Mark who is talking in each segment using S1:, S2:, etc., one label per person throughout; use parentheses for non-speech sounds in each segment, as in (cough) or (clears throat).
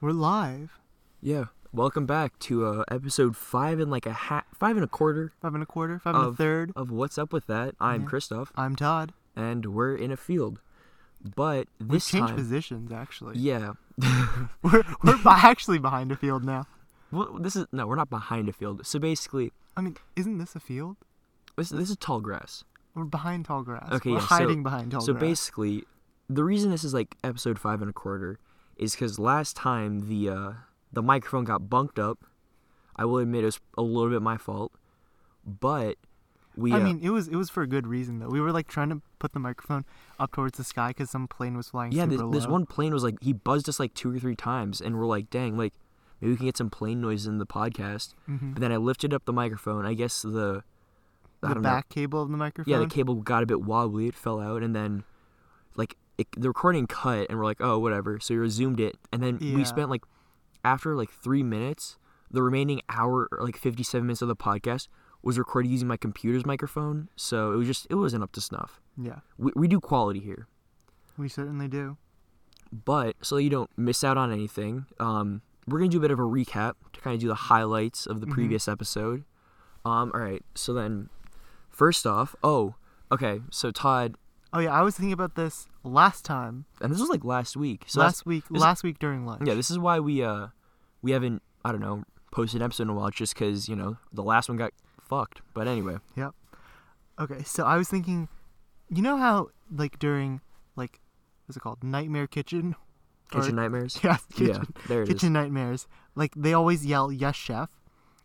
S1: We're live.
S2: Yeah. Welcome back to uh, episode five and like a ha- five and a quarter
S1: Five and a quarter, five and a
S2: of
S1: third.
S2: of what's up with that. I'm
S1: Yeah.
S2: Christoph,
S1: I'm Todd.
S2: and we're in a field, but
S1: We
S2: this
S1: changed
S2: time,
S1: positions, actually.
S2: yeah.
S1: (laughs) We're, we're bi- actually behind a field now.
S2: well, this is no, we're not behind a field. So basically,
S1: I mean, isn't this a field?
S2: this this is tall grass.
S1: We're behind tall grass.
S2: Okay,
S1: We're
S2: yeah, so-
S1: hiding behind tall
S2: so
S1: grass.
S2: basically, the reason this is like episode five and a quarter is because last time the uh, the microphone got bunked up. I will admit it was a little bit my fault, but we.
S1: I
S2: uh,
S1: mean, it was it was for a good reason though. We were like trying to put the microphone up towards the sky because some plane was flying
S2: yeah,
S1: super
S2: this,
S1: low.
S2: this one plane was like he buzzed us like two or three times, and we're like, dang, like maybe we can get some plane noise in the podcast.
S1: Mm-hmm.
S2: But then I lifted up the microphone. I guess the I
S1: Hmm. the
S2: don't
S1: back cable of the microphone.
S2: know. Yeah, the cable got a bit wobbly. It fell out, and then like it, the recording cut, and we're like, oh, whatever. So we resumed it, and then
S1: Yeah.
S2: we spent like after like three minutes, the remaining hour, or, like fifty-seven minutes of the podcast was recorded using my computer's microphone. So it was just it wasn't up to snuff.
S1: yeah,
S2: We, we do quality here.
S1: we certainly do.
S2: but so that you don't miss out on anything, um, we're gonna do a bit of a recap to kind of do the highlights of the
S1: Mhm.
S2: previous episode. Um, all right, so then first off, oh, okay, so Todd,
S1: Oh yeah, I was thinking about this last time,
S2: and this was like last week, so that's-
S1: last week,
S2: this-
S1: last week during lunch.
S2: yeah, this is why we uh we haven't I don't know posted an episode in a while, just because you know the last one got fucked. But anyway,
S1: Okay, so I was thinking, you know how like during like what's it called, Nightmare Kitchen? (laughs) Or-
S2: kitchen nightmares.
S1: Yeah, (laughs) kitchen,
S2: Yeah, there it is.
S1: kitchen nightmares. Like they always yell "Yes, chef,"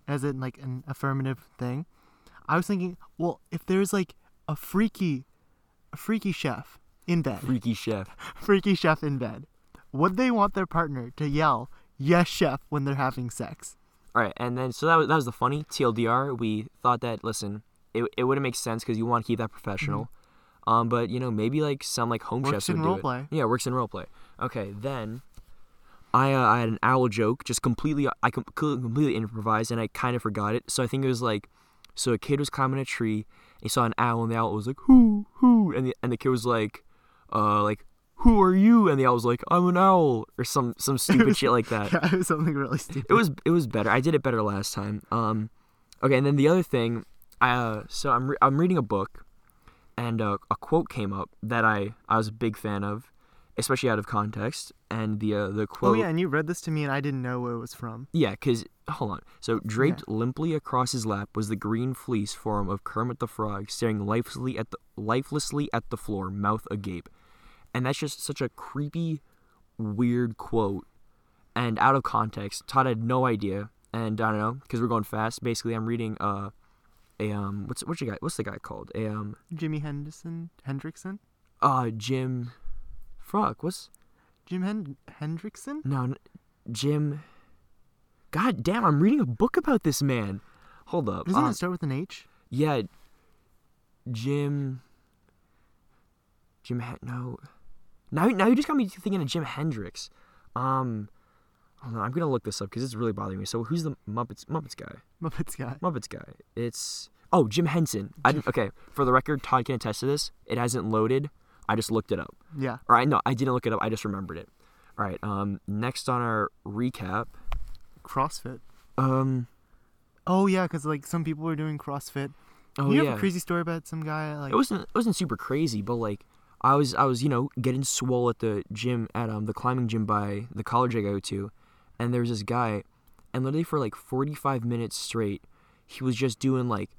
S1: as in like an affirmative thing. I was thinking, well, if there's like a freaky, a freaky chef in bed,
S2: Freaky chef.
S1: (laughs) freaky chef in bed, would they want their partner to yell "Yes, chef" when they're having sex?
S2: All right, and then so that was that was the funny TLDR. We thought that listen, it, it wouldn't make sense because you want to keep that professional, um, but you know maybe like some like home
S1: Mm-hmm. Works
S2: chefs
S1: in
S2: would do it.
S1: roleplay.
S2: Yeah, works in roleplay. Okay, then I uh, I had an owl joke, just completely I com- completely improvised, and I kind of forgot it. So I think it was like, so a kid was climbing a tree, he saw an owl, and the owl was like whoo whoo, and the and the kid was like, uh like who are you? And the owl was like I'm an owl or some
S1: (laughs)
S2: some stupid shit like that
S1: Yeah, it was something really stupid.
S2: it was it was better. I did it better last time. Um, okay, and then the other thing, uh, so I'm re- I'm reading a book, and uh, a quote came up that I I was a big fan of, especially out of context. And the uh, the
S1: Oh
S2: quote,
S1: yeah, and you read this to me, and I didn't know where it was from.
S2: yeah, cause hold on. So draped limply across his lap was the green fleece form of Kermit the Frog, staring lifelessly at the lifelessly at the floor, mouth agape. And that's just such a creepy, weird quote, and out of context. Todd had no idea, and I don't know, cause we're going fast. Basically, I'm reading uh, a um, what's what's the guy? What's the guy called? A um,
S1: Jimmy Henderson, Hendrickson,
S2: uh, Jim, Frog. What's
S1: Jim Hen- Hendrickson.
S2: No, n- Jim. God damn, I'm reading a book about this man. Hold up.
S1: Doesn't
S2: um,
S1: it start with an H?
S2: yeah. Jim. Jim. Hen- No. Now, now you just got me thinking of Jim Hendrix. Um. Hold on, I'm gonna look this up because it's really bothering me. So who's the Muppets Muppets guy?
S1: Muppets guy.
S2: Muppets guy. It's oh Jim Henson. I didn't- okay, for the record, Todd can attest to this. It hasn't loaded. I just looked it up.
S1: Yeah.
S2: All right, no, I didn't look it up. I just remembered it. All right. Um. Next on our recap.
S1: CrossFit.
S2: Um.
S1: Oh yeah, because like some people were doing CrossFit.
S2: Oh
S1: you
S2: yeah.
S1: have a crazy story about some guy like
S2: it wasn't. It wasn't super crazy, but like, I was. I was. You know, getting swole at the gym at um the climbing gym by the college I go to, and there was this guy, and literally for like forty five minutes straight, he was just doing like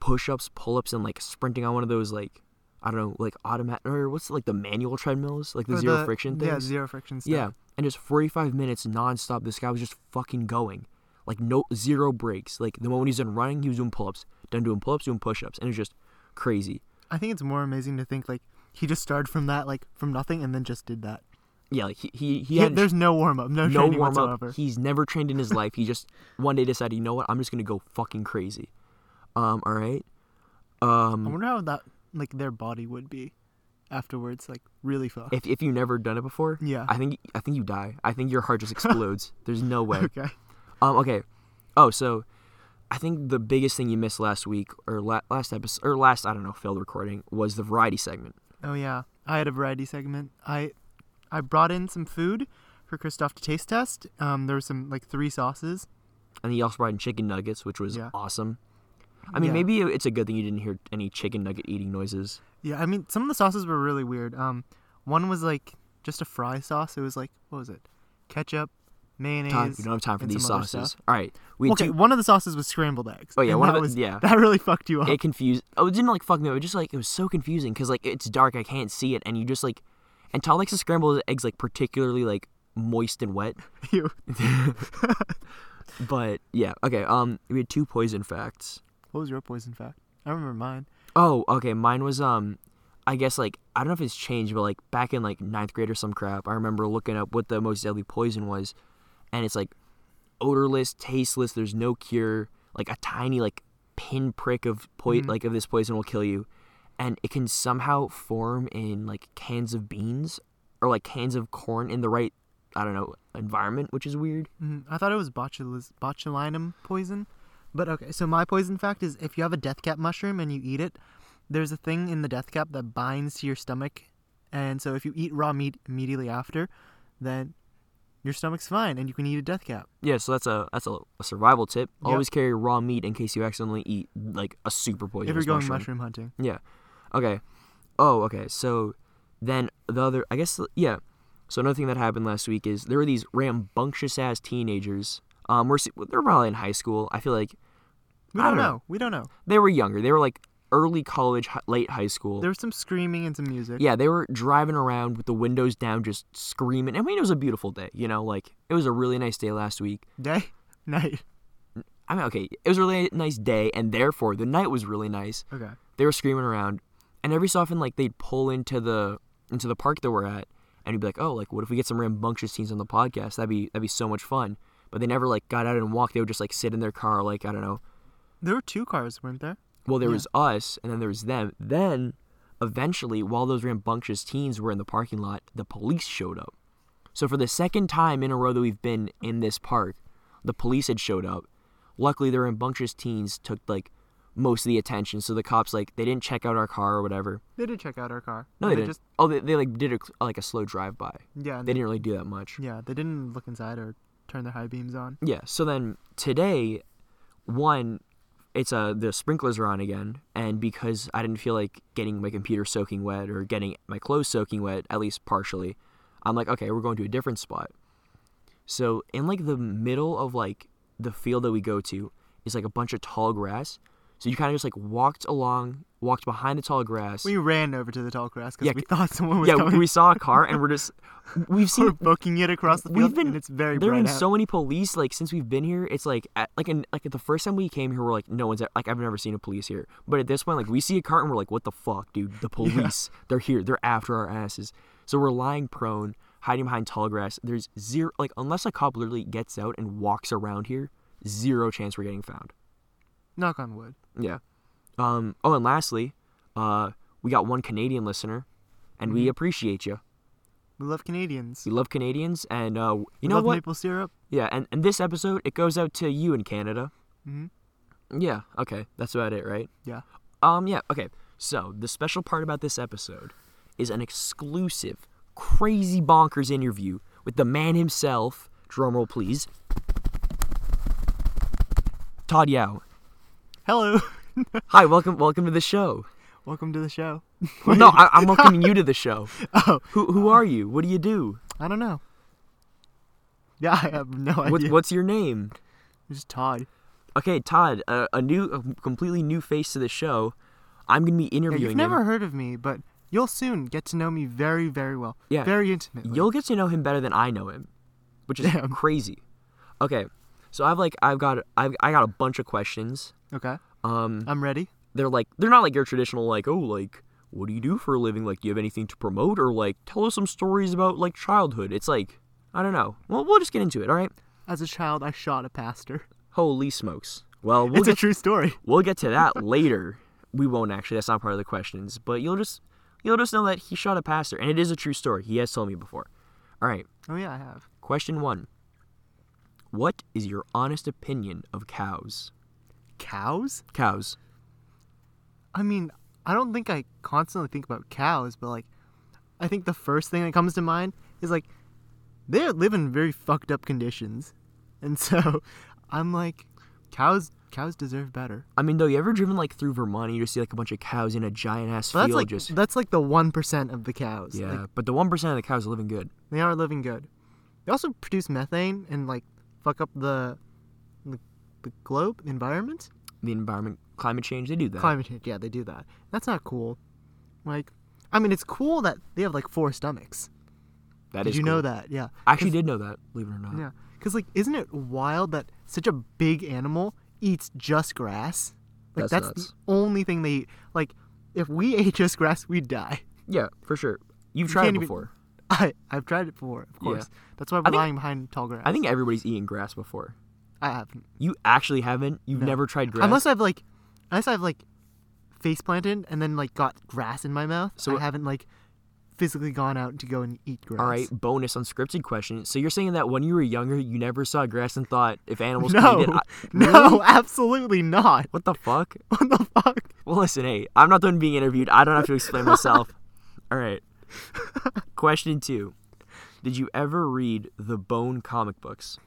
S2: push ups, pull ups, and like sprinting on one of those like. I don't know, like automatic or what's like the manual treadmills, like the
S1: or
S2: zero friction things.
S1: Yeah, zero friction stuff.
S2: Yeah, and just 45 minutes nonstop. This guy was just fucking going, like no zero breaks. Like the moment he's done running, he was doing pull-ups, done doing pull-ups, doing push-ups, and it was just crazy.
S1: I think it's more amazing to think like he just started from that like from nothing and then just did that.
S2: Yeah, like he he, he
S1: Yeah,
S2: had
S1: there's no warm up, no,
S2: no
S1: training
S2: warm
S1: whatsoever.
S2: up. He's never trained
S1: (laughs)
S2: in his life. He just one day decided, you know what, I'm just gonna go fucking crazy. Um, all right.
S1: I
S2: Um,
S1: wonder how that like their body would be afterwards, like really fucked.
S2: if if you never done it before,
S1: Yeah.
S2: I think I think you die. I think your
S1: (laughs)
S2: heart just explodes. There's no way.
S1: okay.
S2: Um, okay. Oh, so I think the biggest thing you missed last week or la- last episode or last I don't know failed recording was the variety segment.
S1: Oh yeah, I had a variety segment. I I brought in some food for Christoph to taste test. Um, there were some like three sauces.
S2: And he also brought in chicken nuggets, which was
S1: Yeah.
S2: awesome. I mean,
S1: Yeah.
S2: maybe it's a good thing you didn't hear any chicken nugget eating noises.
S1: Yeah, I mean, some of the sauces were really weird. Um, one was like just a fry sauce. It was like what was it? Ketchup, mayonnaise.
S2: Time, we don't have time for
S1: and
S2: these
S1: some other
S2: sauces.
S1: stuff.
S2: All right, we
S1: okay,
S2: do.
S1: one of the sauces was scrambled eggs.
S2: Oh, yeah,
S1: and
S2: one of
S1: that
S2: the-
S1: was
S2: yeah.
S1: that really fucked you up. (laughs)
S2: It confused. Oh, it didn't like fuck me up. It just like it was so confusing because like it's dark, I can't see it, and you just like, and Todd likes to scramble his eggs like particularly like moist and wet.
S1: (laughs) You-
S2: (laughs) But yeah, okay. Um, we had two poison facts.
S1: what was your poison fact? I remember mine.
S2: Oh, okay. Mine was um, I guess like I don't know if it's changed, but like back in like ninth grade or some crap, I remember looking up what the most deadly poison was, and it's like odorless, tasteless. There's no cure. Like a tiny like pinprick of po-
S1: Mm-hmm.
S2: like of this poison will kill you, and it can somehow form in like cans of beans or like cans of corn in the right I don't know environment, which is weird.
S1: Mm, I thought it was botulis- botulinum poison, but okay. So my poison fact is if you have a death cap mushroom and you eat it, there's a thing in the death cap that binds to your stomach, and so if you eat raw meat immediately after, then your stomach's fine and you can eat a death cap.
S2: Yeah, so that's a that's a, a survival tip.
S1: Yep.
S2: Always carry raw meat in case you accidentally eat like a super poisonous
S1: if you're going mushroom
S2: mushroom.
S1: hunting.
S2: Yeah. Okay. Oh, okay. So then the other, I guess, yeah. So another thing that happened last week is there were these rambunctious ass teenagers. Um, we're se- they're probably in high school. I feel like
S1: We
S2: I
S1: don't,
S2: don't
S1: know.
S2: know.
S1: We don't know.
S2: they were younger. They were like early college, hi- late high school.
S1: There was some screaming and some music.
S2: yeah, they were driving around with the windows down, just screaming. And I mean, it was a beautiful day. You know, like it was a really nice day last week.
S1: Day, (laughs) night.
S2: I mean, okay, it was a really nice day, and therefore the night was really nice.
S1: Okay.
S2: they were screaming around, and every so often, like they'd pull into the into the park that we're at, and we'd be like, "Oh, like what if we get some rambunctious teens on the podcast? That'd be that'd be so much fun." But they never like got out and walked. They would just like sit in their car, like I don't know.
S1: There were two cars, weren't there?
S2: Well, there was us, and then there was them. Then, eventually, while those rambunctious teens were in the parking lot, the police showed up. So for the second time in a row that we've been in this park, the police had showed up. Luckily, the rambunctious teens took like most of the attention. So the cops like they didn't check out our car or whatever.
S1: They did check out our car.
S2: No, they, didn't. oh, they, they like did a, like a slow drive by.
S1: Yeah,
S2: They didn't really do that much.
S1: yeah. They didn't look inside or turn their high beams on.
S2: Yeah. So then today, one, it's uh the sprinklers are on again, and because I didn't feel like getting my computer soaking wet or getting my clothes soaking wet, at least partially, I'm like, okay, we're going to a different spot. So in like the middle of like the field that we go to is like a bunch of tall grass. So you kind of just like walked along, walked behind the tall grass.
S1: We ran over to the tall grass because
S2: Yeah,
S1: we thought someone was
S2: yeah,
S1: coming. (laughs)
S2: we saw a car, and we're just we've
S1: We're
S2: seen
S1: booking it across the field,
S2: we've been
S1: and it's very
S2: there have
S1: bright
S2: been
S1: out.
S2: so many police like since we've been here it's like at, like in, like the first time we came here we're like no one's at, like i've never seen a police here but at this point like we see a cart and we're like what the fuck dude
S1: (laughs)
S2: the police they're here they're after our asses so we're lying prone hiding behind tall grass there's zero like unless a cop literally gets out and walks around here zero chance we're getting found
S1: Knock on wood.
S2: yeah. Um, oh, and lastly, uh, we got one Canadian listener, and
S1: Mm-hmm.
S2: we appreciate you.
S1: We love Canadians.
S2: We love Canadians, and uh, you
S1: we
S2: know
S1: love
S2: what?
S1: maple syrup.
S2: Yeah, and, and this episode, it goes out to you in Canada.
S1: Mhm.
S2: Yeah, okay. That's about it, right?
S1: Yeah.
S2: Um, yeah, okay. So, the special part about this episode is an exclusive, crazy bonkers interview with the man himself, drumroll please, Todd Yao.
S1: Hello. (laughs)
S2: Hi, welcome welcome to the show.
S1: Welcome to the show.
S2: Well, no, I, I'm welcoming you
S1: (laughs)
S2: to the show.
S1: Oh,
S2: Who, who are you? What do you do?
S1: I don't know. Yeah, (laughs) I have no
S2: What,
S1: idea.
S2: what's your name?
S1: It's just Todd.
S2: Okay, Todd, uh, a new, a completely new face to the show. I'm gonna be
S1: Yeah,
S2: interviewing
S1: you've never heard of me, but you'll soon get to know me very, very well.
S2: Yeah.
S1: Very intimately.
S2: him. You'll get to know him better than I know him, which is
S1: (laughs) Damn.
S2: crazy. Okay, so I've like I've got I've I got a bunch of questions.
S1: okay.
S2: Um,
S1: I'm ready.
S2: they're like they're not like your traditional like oh like what do you do for a living like do you have anything to promote or like tell us some stories about like childhood. It's like I don't know. Well, we'll just get into it. All right.
S1: As a child, I shot a pastor.
S2: Holy smokes. Well, we'll
S1: it's a
S2: get
S1: true story.
S2: We'll get to that (laughs) later. We won't actually. That's not part of the questions. But you'll just you'll just know that he shot a pastor, and it is a true story. He has told me before. All right.
S1: Oh, yeah, I have.
S2: Question one. What is your honest opinion of cows?
S1: Cows?
S2: Cows.
S1: I mean, I don't think I constantly think about cows, but like, I think the first thing that comes to mind is like, they live in very fucked up conditions, (laughs) and so I'm like, cows cows deserve better.
S2: I mean, though, you ever driven like through Vermont and you just see like a bunch of cows in a giant ass
S1: But
S2: field?
S1: that's like
S2: just
S1: that's like the one percent of the cows.
S2: yeah,
S1: Like,
S2: but the one percent of the cows are living good.
S1: they are living good. They also produce methane and like fuck up the the, the globe environment.
S2: The environment, climate change, they do that.
S1: Climate change. Yeah, they do that. That's not cool. Like, I mean, it's cool that they have like four stomachs.
S2: that
S1: Did
S2: is
S1: you
S2: cool.
S1: know that? Yeah.
S2: I actually did know that, believe it or not.
S1: Yeah, because like, isn't it wild that such a big animal eats just grass? Like that's,
S2: That's nuts.
S1: the only thing they eat. Like, if we (laughs) ate just grass, we'd die. (laughs)
S2: Yeah, for sure. You've tried it
S1: can't even-
S2: before.
S1: I I've tried it before, of course. That's why we're
S2: think-
S1: lying behind tall grass.
S2: I think everybody's eaten grass before.
S1: I haven't.
S2: You actually haven't. You've never tried grass.
S1: Unless I've like, unless I've like, face planted and then like got grass in my mouth.
S2: So-
S1: So I haven't like, physically gone out to go and eat grass. (laughs)
S2: All right, bonus unscripted question. So you're saying that when you were younger, you never saw grass and thought if animals
S1: No,
S2: could eat it. I,
S1: no, absolutely not.
S2: what the fuck?
S1: (laughs) What the fuck?
S2: Well, listen, hey, I'm not done being interviewed. I don't have to
S1: (laughs)
S2: explain myself. All right. Question two: Did you ever read the Bone comic books?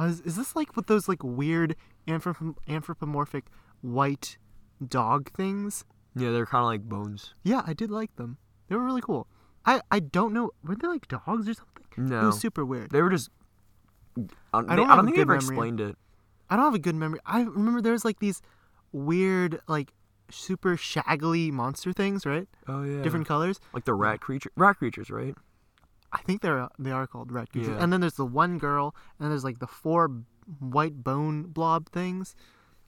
S1: Uh, Is, is this like with those like weird anthrop- anthropomorphic white dog things?
S2: Yeah, they're kind of like bones.
S1: Yeah, I did like them. They were really cool. I I don't know. Were they like dogs or something? It
S2: No,
S1: was super weird.
S2: they were just. I don't,
S1: I
S2: they,
S1: don't
S2: I
S1: have
S2: don't
S1: a good
S2: think they ever
S1: memory.
S2: explained it.
S1: I don't have a good memory. I remember there was like these weird like super shaggly monster things, right?
S2: Oh yeah,
S1: Different colors.
S2: like the rat creature, rat creatures, right?
S1: I think they're uh, they are called red creatures.
S2: Yeah.
S1: And then there's the one girl, and there's like the four b- white bone blob things.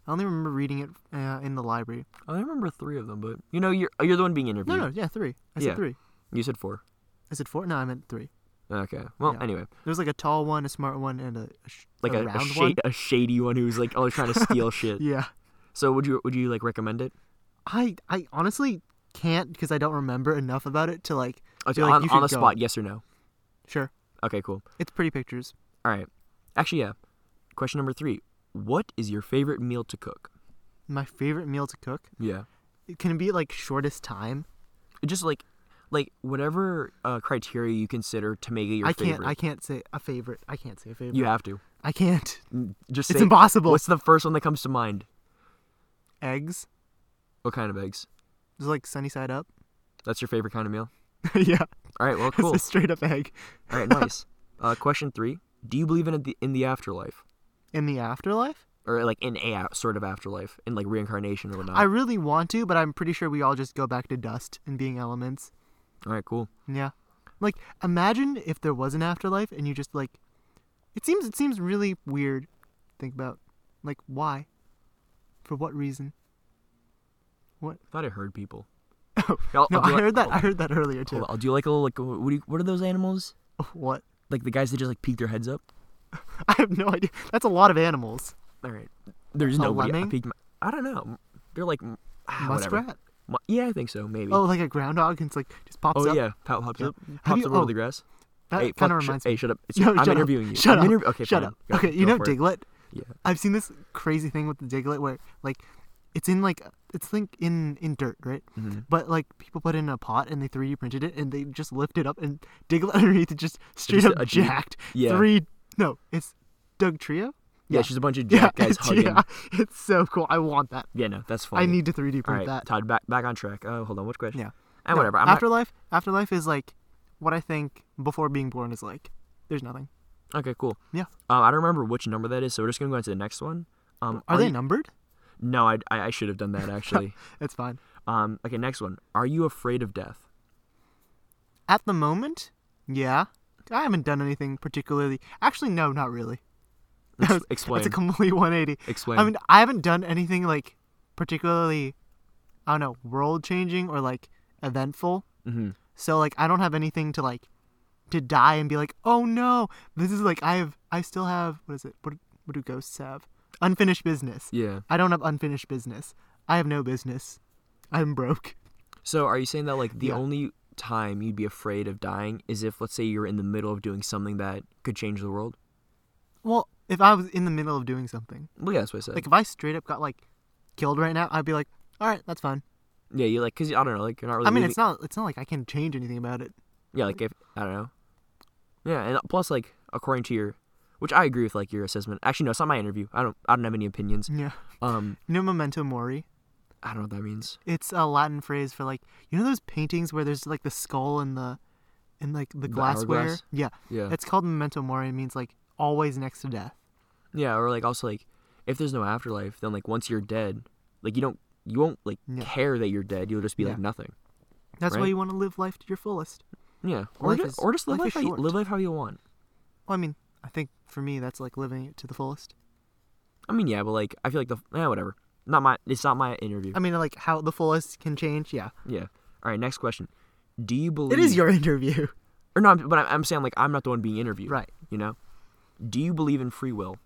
S1: I only remember reading it uh, in the library.
S2: I remember three of them, but you know, you're you're the one being interviewed.
S1: No, no, yeah, three. I
S2: Yeah.
S1: said three.
S2: You said four.
S1: I said four. No, I meant three.
S2: Okay. Well,
S1: Yeah.
S2: anyway,
S1: There's like a tall one, a smart one, and a sh-
S2: like a, a,
S1: round
S2: sha-
S1: one.
S2: a shady one who's like always trying to
S1: (laughs)
S2: steal shit.
S1: Yeah,
S2: So would you would you like recommend it?
S1: I I honestly can't because I don't remember enough about it to like
S2: Okay,
S1: like,
S2: on,
S1: you
S2: on the
S1: should go.
S2: spot, yes or no?
S1: sure.
S2: Okay, cool.
S1: It's pretty pictures.
S2: All right. Actually, yeah. Question number three: What is your favorite meal to cook?
S1: My favorite meal to cook
S2: Yeah.
S1: it can be like shortest time.
S2: Just like, like whatever uh, criteria you consider to make it your
S1: I can't
S2: favorite.
S1: I can't say a favorite. I can't say a favorite.
S2: You have to.
S1: I can't. (laughs)
S2: Just
S1: It's
S2: say-
S1: impossible.
S2: What's the first one that comes to mind?
S1: Eggs,
S2: What kind of eggs?
S1: just like sunny side up. (laughs)
S2: That's your favorite kind of meal.
S1: yeah, (laughs)
S2: All right. Well,
S1: cool.
S2: cool.
S1: it's a straight up egg.
S2: All right. Nice. Uh, question three: Do you believe in the in the afterlife?
S1: In the afterlife,
S2: or like in a a- sort of afterlife in like reincarnation or whatnot.
S1: I really want to, but I'm pretty sure we all just go back to dust and being elements.
S2: All right, cool.
S1: Yeah. Like imagine if there was an afterlife and you just like it seems it seems really weird to think about like why? For what reason? (laughs) What?
S2: Thought I heard people.
S1: Oh,
S2: I'll-
S1: no,
S2: I'll do
S1: I
S2: it-
S1: heard that.
S2: I'll-
S1: I heard that earlier
S2: Hold
S1: too.
S2: on, I'll do like a little like what, do you, what are those animals?
S1: What? (laughs)
S2: Like the guys that just like peek their heads up.
S1: I have no idea. That's a lot of animals.
S2: All right, there's
S1: A
S2: nobody. I
S1: lemming?
S2: peeked my, I don't know. They're like ah, whatever.
S1: Muskrat?
S2: Mu- yeah, I think so. Maybe.
S1: Oh, like a groundhog and it's like just pops
S2: Oh,
S1: up.
S2: yeah, Pop, hops
S1: Yeah.
S2: up,
S1: Have
S2: pops
S1: you-
S2: up over
S1: oh,
S2: the grass.
S1: That
S2: hey,
S1: kind
S2: fuck,
S1: of
S2: sh-
S1: reminds
S2: hey,
S1: me.
S2: shut up! It's
S1: No,
S2: I'm
S1: shut up.
S2: interviewing you.
S1: Shut
S2: I'm
S1: up.
S2: interv- okay,
S1: Shut
S2: fine.
S1: up.
S2: Go-
S1: okay, you
S2: go
S1: know
S2: for it.
S1: Diglett?
S2: Yeah.
S1: I've seen this crazy thing with the Diglett where like it's in like it's like in in dirt, right?
S2: Mhm.
S1: But like people put it in a pot and they 3D printed it and they just lift it up and Diglett (laughs) underneath it just straight
S2: Just
S1: up
S2: a Jeep.
S1: jacked.
S2: Yeah.
S1: Three no, it's Doug Trio.
S2: Yeah,
S1: Yeah. (laughs)
S2: she's a bunch of jack guys
S1: it's-
S2: hugging. Yeah.
S1: yeah, (laughs) it's so cool. I want that.
S2: no, that's funny.
S1: I need to 3D
S2: All
S1: print
S2: right,
S1: that.
S2: Todd, back back on track. Oh, hold on, which question?
S1: Yeah.
S2: and
S1: No,
S2: Eh, whatever. I'm not-
S1: afterlife. Afterlife is like what I think before being born is like. There's nothing.
S2: Okay, cool.
S1: Yeah.
S2: Um, I don't remember which number that is, so we're just gonna go on to the next one. Um,
S1: Are, they
S2: you-
S1: numbered?
S2: No, I, I, I should have
S1: (laughs)
S2: done that actually.
S1: It's fine.
S2: um, okay, next one. Are you afraid of
S1: (laughs)
S2: death?
S1: At the moment, yeah. I haven't done anything particularly. Actually, no, not really. (laughs)
S2: Ex-
S1: That's-
S2: explain.
S1: It's a complete 180.
S2: explain.
S1: I mean, I haven't done anything like particularly, I don't know, world changing or like eventful.
S2: hmm
S1: So like, I don't have anything to like to die and be like, oh no, this is like I have, I still have. What is it? What what do ghosts have? Unfinished business.
S2: Yeah.
S1: I don't have unfinished business. I have no business. I'm broke.
S2: So are you saying that like the
S1: Yeah.
S2: only time you'd be afraid of dying is if let's say you're in the middle of doing something that could change the world?
S1: Well, if I was in the middle of doing something,
S2: Well, yeah, that's what I said.
S1: like if I straight up got like killed right now, I'd be like, all right, that's fine.
S2: yeah, you like because I don't know, like you're not really.
S1: I mean,
S2: leaving-
S1: it's not it's not like I can change anything about it.
S2: Yeah, like if I don't know. Yeah, and uh, plus, like, according to your, which I agree with, like your assessment. Actually, no, it's not my interview. I don't, I don't have
S1: (laughs)
S2: any opinions.
S1: (laughs) Yeah.
S2: Um,
S1: You know memento mori?
S2: I don't know what that means.
S1: It's a Latin phrase for like you know those paintings where there's like the skull and the and like the glassware.
S2: hourglass?
S1: yeah.
S2: Yeah.
S1: It's called memento mori. It means like always next to death.
S2: Yeah, or like also like, if there's no afterlife, then like once you're dead, like you don't, you won't like
S1: Yeah.
S2: care that you're dead. You'll just be like
S1: Yeah.
S2: nothing.
S1: That's why
S2: Right.
S1: you want to live life to your fullest.
S2: Yeah. Or
S1: Life
S2: just,
S1: is-
S2: or just live
S1: life
S2: life,
S1: is
S2: how you,
S1: short.
S2: live life how you want.
S1: Well, I mean, I think for me that's like living it to the fullest.
S2: I mean, yeah, but like I feel like the yeah whatever. Not my it's not my interview.
S1: I mean, like how the fullest can change. Yeah.
S2: yeah. All right. Next question. Do you believe
S1: It is your (laughs) interview.
S2: or no? I'm- But I'm- I'm saying like I'm not the one being interviewed.
S1: Right.
S2: You know. Do you believe in free will?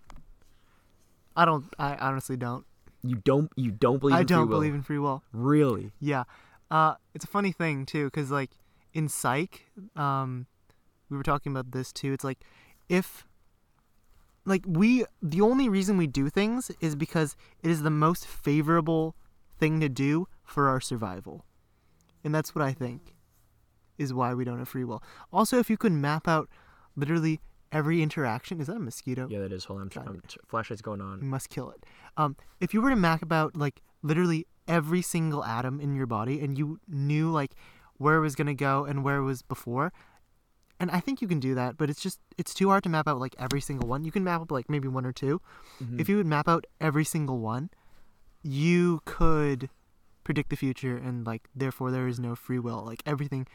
S1: I don't. I honestly don't.
S2: You don't. You don't believe.
S1: I
S2: in free
S1: don't
S2: will.
S1: believe in free will.
S2: Really?
S1: Yeah. Uh, it's a funny thing too, because like in psych, um, we were talking about this too. It's like if like we the only reason we do things is because it is the most favorable thing to do for our survival. And that's what I think is why we don't have free will. Also, if you could map out literally every interaction, is that a mosquito?
S2: Yeah, that is. Hold on. I'm, tr-
S1: God.
S2: I'm tr- flashlight's going
S1: You
S2: on.
S1: must kill it. Um, if you were to map about like literally every single atom in your body and you knew like where it was gonna go and where it was before, and I think you can do that, but it's just it's too hard to map out like every single one. You can map up like maybe one or 2 Mm-hmm.
S2: Mm-hmm.
S1: If you would map out every single one, you could predict the future and like therefore there is no free will. Like everything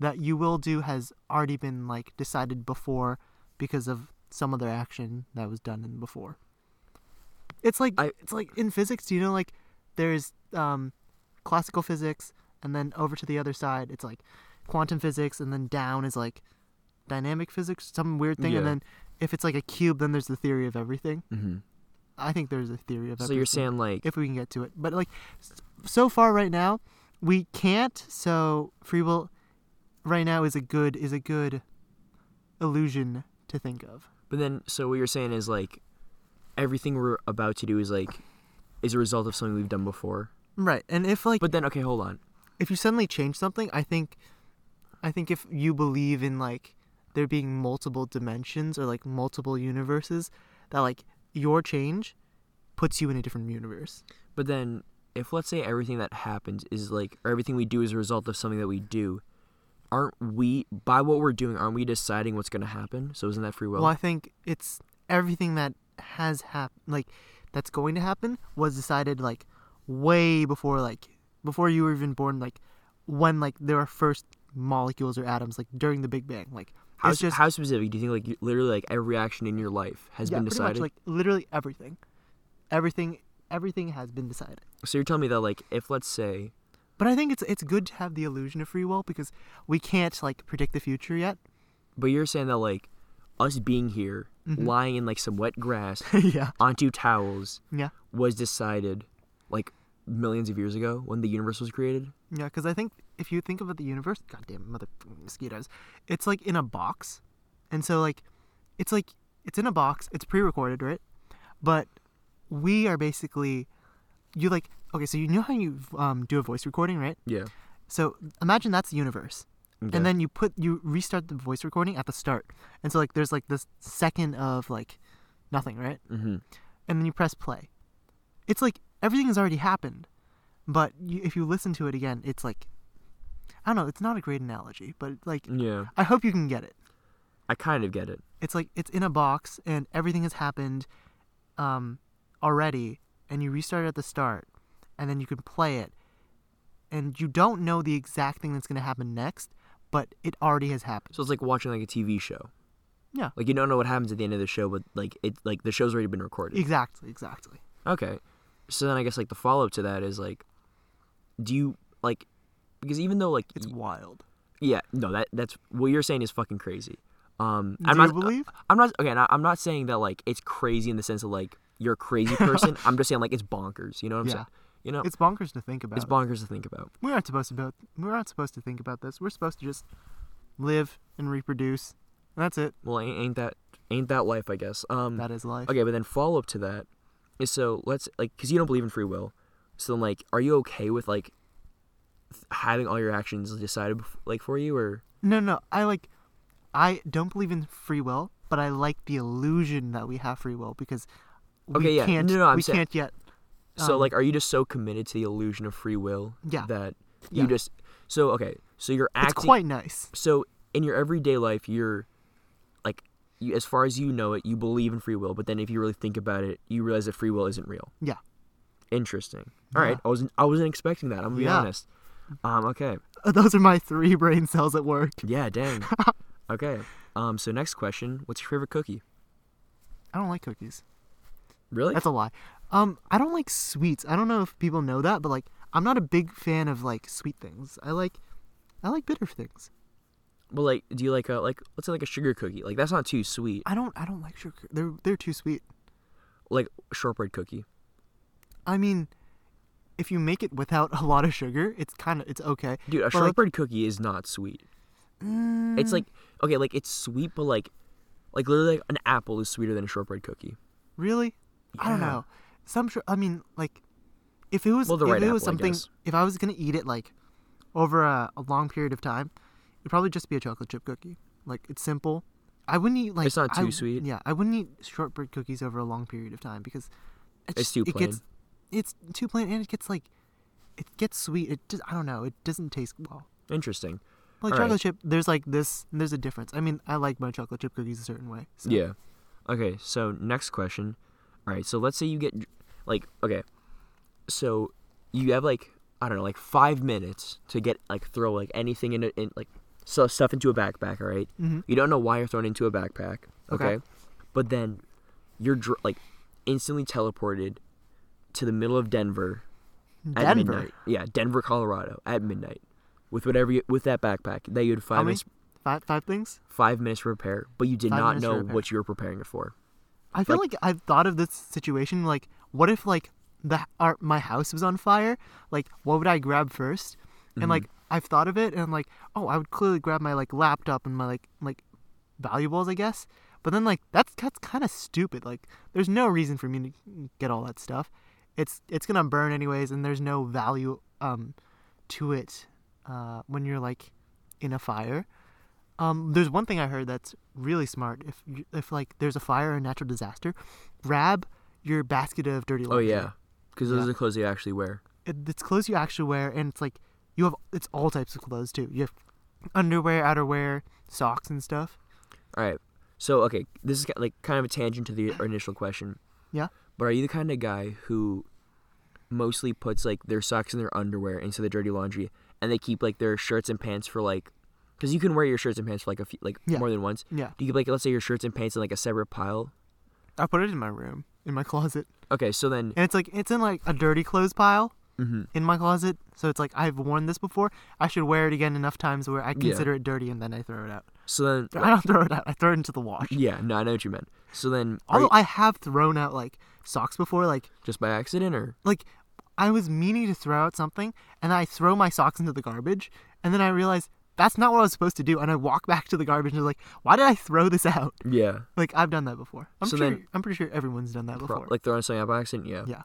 S1: that you will do has already been like decided before because of some other action that was done in before. It's like
S2: I-
S1: it's like in physics, you know, like there's um, classical physics, and then over to the other side, it's like quantum physics, and then down is like dynamic physics, some weird thing, and
S2: Yeah.
S1: then if it's like a cube, then there's the theory of everything.
S2: Mm-hmm.
S1: I think there's a theory of everything
S2: So you're saying like
S1: if we can get to it. But like s- so far right now, we can't. So free will right now is a good is a good illusion to think of.
S2: But then, so what you're saying is like, everything we're about to do is like, is a result of something we've done before.
S1: Right. And if like
S2: But then, okay, hold on.
S1: if you suddenly change something, I think I think if you believe in like there being multiple dimensions or like multiple universes that like your change puts you in a different universe.
S2: But then, if let's say everything that happens is like, or everything we do is a result of something that we do, aren't we by what we're doing? Aren't we deciding what's going to happen? So isn't that free will?
S1: Well, I think it's everything that has happened, like that's going to happen, was decided like way before, like before you were even born, like when like there are first molecules or atoms, like during the Big Bang. Like
S2: How,
S1: it's
S2: s-
S1: just
S2: how specific do you think? Like you- literally, like every action in your life has
S1: yeah,
S2: been
S1: pretty
S2: decided.
S1: much like literally everything, everything, everything has been decided.
S2: so you're telling me that like, if let's say,
S1: But I think it's it's good to have the illusion of free will because we can't like predict the future yet. (laughs)
S2: but you're saying that like, us being here,
S1: Mm-hmm.
S2: lying in like some wet grass,
S1: yeah,
S2: onto towels,
S1: yeah,
S2: was decided like millions of years ago when the universe was created.
S1: yeah. Because I think if you think about the universe, goddamn mother mosquitoes, it's like in a box, and so like, it's like it's in a box. It's pre-recorded, right? But we are basically, you like okay. So you know how you um, do a voice recording, right?
S2: Yeah.
S1: So imagine that's the universe. And then you put you restart the voice recording at the start. And so like there's like this second of like nothing, right?
S2: hmm
S1: and then you press play. It's like everything has already happened, but you, if you listen to it again, it's like I don't know. It's not a great analogy, but like
S2: Yeah.
S1: I hope you can get it.
S2: I kind of get it.
S1: It's like it's in a box and everything has happened um, already, and you restart at the start, and then you can play it, and you don't know the exact thing that's going to happen next, but it already has happened.
S2: So it's like watching like a TV show.
S1: Yeah.
S2: Like you don't know what happens at the end of the show, but like it like the show's already been recorded.
S1: Exactly. Exactly.
S2: okay. So then I guess like the follow up to that is like, do you like because even though like
S1: It's
S2: y-
S1: wild.
S2: yeah no that that's what you're saying is fucking crazy. Um,
S1: Do
S2: I'm
S1: you
S2: not
S1: believe?
S2: I'm not okay. Now, I'm not saying that like it's crazy in the sense of like you're
S1: (laughs)
S2: a crazy person. I'm just saying like it's bonkers. You know what I'm
S1: Yeah.
S2: saying? You know,
S1: It's bonkers to think about.
S2: uh, it's bonkers to think about.
S1: We're not supposed to about, we're not supposed to think about this. We're supposed to just live and reproduce. And that's it.
S2: Well, ain't, ain't that ain't that life? I guess. Um,
S1: That is life.
S2: okay, but then follow up to that is so let's like because you don't believe in free will, so then like are you okay with like th- having all your actions decided bef- like for you or
S1: No, no. I like I don't believe in free will, but I like the illusion that we have free will because we
S2: Okay, yeah.
S1: can't
S2: No, no, I'm
S1: we
S2: saying-
S1: can't yet.
S2: So
S1: um,
S2: like, are you just so committed to the illusion of free will?
S1: Yeah.
S2: That
S1: Yeah.
S2: you just so okay. So you're
S1: It's
S2: acting.
S1: quite nice. (laughs)
S2: so in your everyday life, you're like, you, as far as you know it, you believe in free will. But then if you really think about it, you realize that free will isn't real.
S1: Yeah.
S2: Interesting. All right.
S1: Yeah.
S2: I wasn't. I wasn't expecting that. I'm gonna be
S1: Yeah.
S2: honest. Um. Okay.
S1: Those are my three brain cells at work. (laughs)
S2: Yeah. Dang. okay. Um. So next question. What's your favorite cookie?
S1: I don't like cookies.
S2: Really?
S1: That's a lie. Um, I don't like sweets. I don't know if people know that, but like, I'm not a big fan of like sweet things. I like, I like bitter things.
S2: well, like, do you like a like? Let's say like a sugar cookie. Like that's not too sweet.
S1: I don't, I don't like sugar. They're they're too sweet.
S2: Like shortbread cookie.
S1: I mean, if you make it without a lot of sugar, it's kind of it's okay.
S2: Dude,
S1: But, like-
S2: a
S1: Mm-hmm.
S2: shortbread cookie is not sweet.
S1: Mm,
S2: It's like okay, like it's sweet, but like, like literally, like, an apple is sweeter than a shortbread cookie.
S1: Really? I don't
S2: Yeah.
S1: know. Some sure. I mean, like, if it was
S2: Well, the
S1: if
S2: right
S1: it was
S2: apple, I
S1: something,
S2: guess.
S1: if I was gonna eat it like over a, a long period of time, it'd probably just be a chocolate chip cookie. Like it's simple. I wouldn't eat like
S2: It's not
S1: I-
S2: too sweet.
S1: Yeah, I wouldn't eat shortbread cookies over a long period of time because
S2: It's too
S1: It gets, it's too plain, and it gets like it gets sweet. It just I don't know. It doesn't taste well.
S2: Interesting.
S1: Like
S2: All right.
S1: chocolate chip, there's like this. There's a difference. I mean, I like my chocolate chip cookies a certain way. So.
S2: Yeah. Okay. So next question. All right. So let's say you get like okay, so you have like I don't know like five minutes to get like throw like anything in, in like so stuff into a backpack. All right?
S1: Mhm.
S2: You don't know why you're thrown into a backpack.
S1: Okay.
S2: Okay. But then you're dr- like instantly teleported to the middle of Denver at
S1: Denver?
S2: midnight. Yeah, Denver, Colorado at midnight with whatever you, with that backpack that you had
S1: How
S2: five
S1: many?
S2: minutes
S1: Five, five things.
S2: five minutes to prepare, but you did
S1: Five
S2: not
S1: minutes to
S2: know
S1: prepare.
S2: what you were preparing it for.
S1: I feel like, I've thought of this situation. Like, what if like the our, my house was on fire? Like, what would I grab 1st And
S2: Mm-hmm.
S1: like I've thought of it, and I'm like, oh, I would clearly grab my like laptop and my like like valuables, I guess. But then like that's that's kind of stupid. Like, there's no reason for me to get all that stuff. It's it's gonna burn anyways, and there's no value um to it uh, when you're like in a fire. Um, there's one thing I heard that's really smart. If you- if like there's a fire or a natural disaster, grab your basket of dirty
S2: Oh
S1: laundry.
S2: yeah, because those
S1: Yeah.
S2: are the clothes you actually wear.
S1: it, it's clothes you actually wear, and it's like you have it's all types of clothes too. You have underwear, outerwear, socks, and stuff.
S2: All right. So okay, this is ki- like kind of a tangent to the initial question,
S1: Yeah,
S2: but are you the kind of guy who mostly puts like their socks and their underwear into the dirty laundry, and they keep like their shirts and pants for like, because you can wear your shirts and pants for like a few like
S1: Yeah.
S2: more than once.
S1: yeah.
S2: Do you keep like let's say your shirts and pants in like a separate pile?
S1: I put it in my room, in my (laughs) closet,
S2: Okay, so then
S1: and it's like it's in like a dirty clothes pile
S2: Mhm.
S1: in my closet. So it's like I've worn this before. I should wear it again enough times where I consider it dirty, and then I throw it out.
S2: so
S1: (laughs)
S2: then
S1: I don't throw it out. I throw it into the wash.
S2: yeah, no, I know what you meant. So then are
S1: Although
S2: you-
S1: I have thrown out like socks before, like
S2: just by accident or
S1: like I was meaning to throw out something and I throw my socks into the garbage and then I realize that's not what I was supposed to do and I walk (laughs) back to the garbage and I'm like, why did I throw this out? (laughs)
S2: yeah,
S1: Like I've done that before. I'm
S2: So
S1: sure
S2: then-
S1: I'm pretty sure everyone's done that
S2: Pro-
S1: before.
S2: like throwing something out by accident. Yeah.
S1: yeah.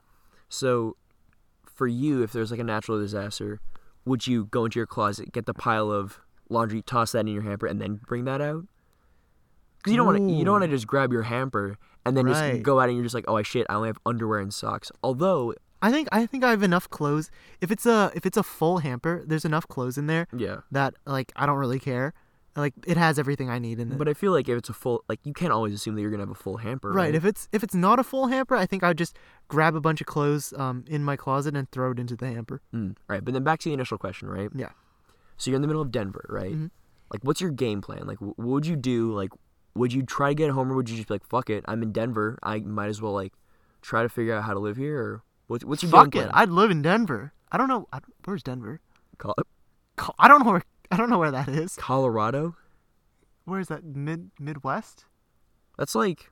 S2: So, for you, if there's like a natural disaster, would you go into your closet, get the pile of laundry, toss that in your hamper, and then bring that out? Because you don't want to. You don't want to just grab your hamper and then
S1: Right.
S2: just go out and you're just like, oh shit, I only have underwear and socks. Although,
S1: I think I think I have enough clothes. If it's a if it's a full hamper, there's enough clothes in there
S2: yeah.
S1: that like I don't really care. Like it has everything I need in it.
S2: But I feel like if it's a full, like you can't always assume that you're gonna have a full hamper,
S1: Right.
S2: right?
S1: If it's if it's not a full hamper, I think I'd just grab a bunch of clothes um in my closet and throw it into the hamper.
S2: Mm, right. But then back to the initial question, right?
S1: Yeah.
S2: So you're in the middle of Denver, right?
S1: Mm-hmm.
S2: Like, what's your game plan? Like, wh- what would you do? Like, would you try to get home, or would you just be like, "Fuck it, I'm in Denver. I might as well like try to figure out how to live here." Or what's what's your
S1: Fuck
S2: game
S1: it.
S2: plan?
S1: I'd live in Denver. I don't know. I, where's Denver?
S2: Col-
S1: Co- I don't know where. I don't know where that is.
S2: Colorado.
S1: Where is that? Mid Midwest.
S2: That's like,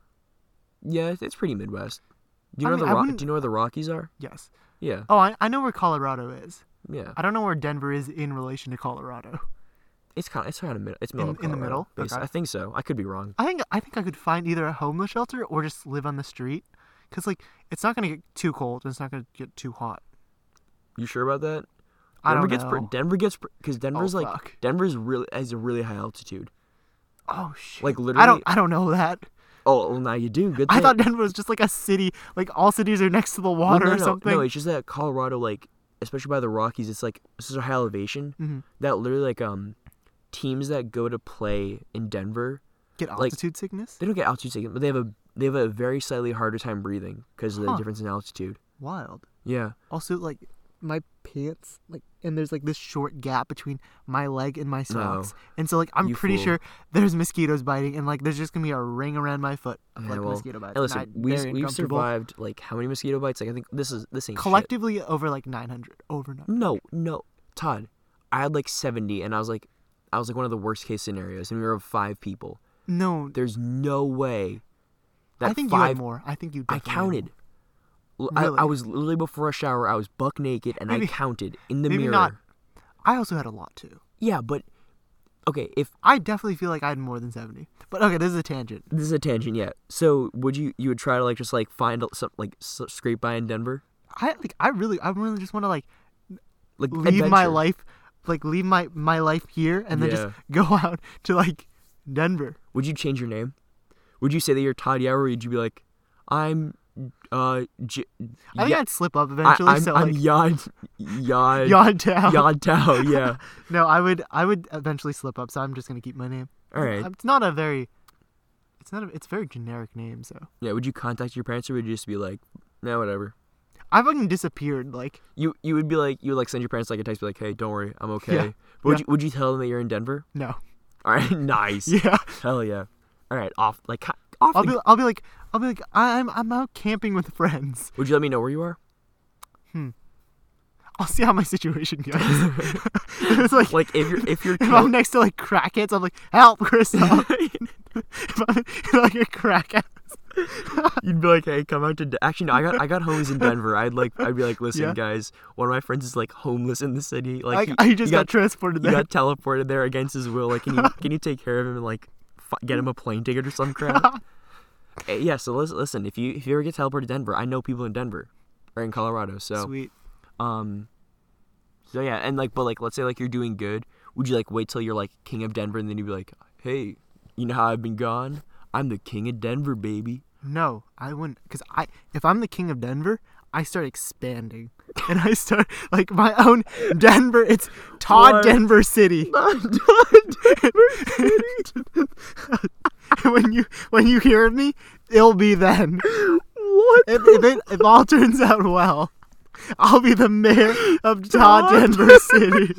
S2: yeah, it's- it's pretty Midwest. Do you
S1: I
S2: know
S1: mean, I
S2: where the Ro-
S1: wouldn't-
S2: Do you know where the Rockies are?
S1: Yes.
S2: Yeah,
S1: Oh, I, I know where Colorado is.
S2: yeah.
S1: I don't know where Denver is in relation to Colorado.
S2: It's kind of it's kind of mid- it's middle
S1: In-
S2: of
S1: in the
S2: Colorado,
S1: middle?
S2: basi-
S1: Okay.
S2: I think so. I could be wrong.
S1: I think I think I could find either a homeless shelter or just live on the street, cause like it's not gonna get too cold and it's not gonna get too hot.
S2: You sure about that?
S1: I
S2: Denver
S1: don't
S2: gets
S1: know. Oh,
S2: Denver gets because Denver's like
S1: fuck.
S2: Denver's really has a really high altitude.
S1: Oh shit!
S2: Like
S1: I
S2: literally.
S1: don't. I don't know that.
S2: Oh, well, now you do. Good.
S1: I
S2: thing.
S1: thought Denver was just like a city. Like all cities are next to the
S2: Well,
S1: water
S2: no,
S1: or
S2: no,
S1: something.
S2: No, it's just that Colorado, like especially by the Rockies, it's like this is a high elevation
S1: Mm-hmm.
S2: that literally like um teams that go to play in Denver,
S1: Get
S2: like-
S1: altitude sickness.
S2: they don't get altitude sickness, but they have a they have a very slightly harder time breathing because of the
S1: Huh.
S2: difference in altitude.
S1: Wild.
S2: Yeah.
S1: Also, like my pants, like, and there's like this short gap between my leg and my socks, and so like I'm
S2: Oh. You
S1: pretty
S2: fool.
S1: sure there's mosquitoes biting, and like there's just gonna be a ring around my foot of
S2: Yeah,
S1: like
S2: well,
S1: mosquito bites.
S2: Hey, listen,
S1: and I-
S2: we
S1: very
S2: we've
S1: uncomfortable.
S2: survived like how many mosquito bites? Like I think this is this ain't shit.
S1: collectively over like 900 over nine.
S2: No, no, Todd, I had like seventy, and I was like, I was like one of the worst case scenarios, and we were five people.
S1: No,
S2: There's no way that
S1: I think you
S2: five
S1: had more. I think you.
S2: I
S1: Definitely had
S2: counted.
S1: more.
S2: L- I- I,
S1: Really?
S2: was literally before a shower. I was buck naked, and I
S1: Maybe-
S2: counted in the
S1: maybe
S2: mirror.
S1: not. I also had a lot too.
S2: Yeah, but okay. If
S1: I definitely feel like I had more than 70. But okay, this is a tangent.
S2: this is a tangent, yeah. So would you you would try to like just like find a- some like s- scrape by in Denver?
S1: I like. I really. I really just want to like
S2: Like
S1: leave my
S2: adventure.
S1: life, like leave my my life here, and then
S2: Yeah.
S1: just go (laughs) out to like Denver.
S2: Would you change your name? Would you say that you're Todd Yao, or would you be like, I'm uh, J-
S1: I think
S2: Ya-
S1: I'd slip up
S2: I,
S1: eventually.
S2: am
S1: so
S2: I'm
S1: like
S2: Yod Yod
S1: Yon Town.
S2: Yod Tao.
S1: (laughs)
S2: Yeah.
S1: No, I would. I would eventually slip up. So I'm just gonna keep my name.
S2: All right.
S1: It's not a very. It's not. A, it's a very generic name. So
S2: Yeah. Would you contact your parents, or would you just be like, no, whatever?
S1: I fucking disappeared. Like
S2: you you would be like you would like send your parents like a text be like hey don't worry I'm okay
S1: Yeah.
S2: But would
S1: Yeah.
S2: you would you tell them that you're in Denver (laughs)
S1: no. (laughs)
S2: all right nice
S1: Yeah.
S2: hell yeah all right off like ki- off
S1: I'll
S2: the-
S1: be. I'll be like. I'll be like. I'm. I'm out camping with friends.
S2: would you let me know where you are
S1: I'll see how my situation goes. (laughs) it's like,
S2: like if you're if
S1: (laughs)
S2: you're
S1: if I'm next to like crackheads, I'm like, help, Chris.
S2: (laughs)
S1: help." (laughs) if I'm in, like a crackhead,
S2: you'd be like hey come out to De-. actually no I got I got homies in Denver I'd like I'd be like listen
S1: Yeah.
S2: guys one of my friends is like homeless in the city like
S1: like
S2: he,
S1: I
S2: he
S1: just got,
S2: got,
S1: transported
S2: he
S1: there. (laughs)
S2: got teleported there against his will like can you can you take care of him and like fi- get him a plane ticket or some crap
S1: (laughs)
S2: Eh, yeah so lis- listen if you if you ever get teleported to Denver I know people in Denver or in Colorado so.
S1: Sweet.
S2: Um. So yeah, and like, but like, let's say like you're doing good. Would you like wait till you're like king of Denver, and then you'd be like, hey, you know how I've been gone? I'm the king of Denver, baby. (laughs)
S1: No, I wouldn't, because I if I'm the king of Denver, I start expanding, (laughs) and I start like my own Denver. It's Todd
S2: What?
S1: Denver
S2: (laughs)
S1: City. (laughs) when you when you hear me, it'll be then.
S2: what?
S1: If if, it, if all turns out well, I'll be the mayor
S2: (laughs)
S1: of Todd
S2: Todd.
S1: Denver City.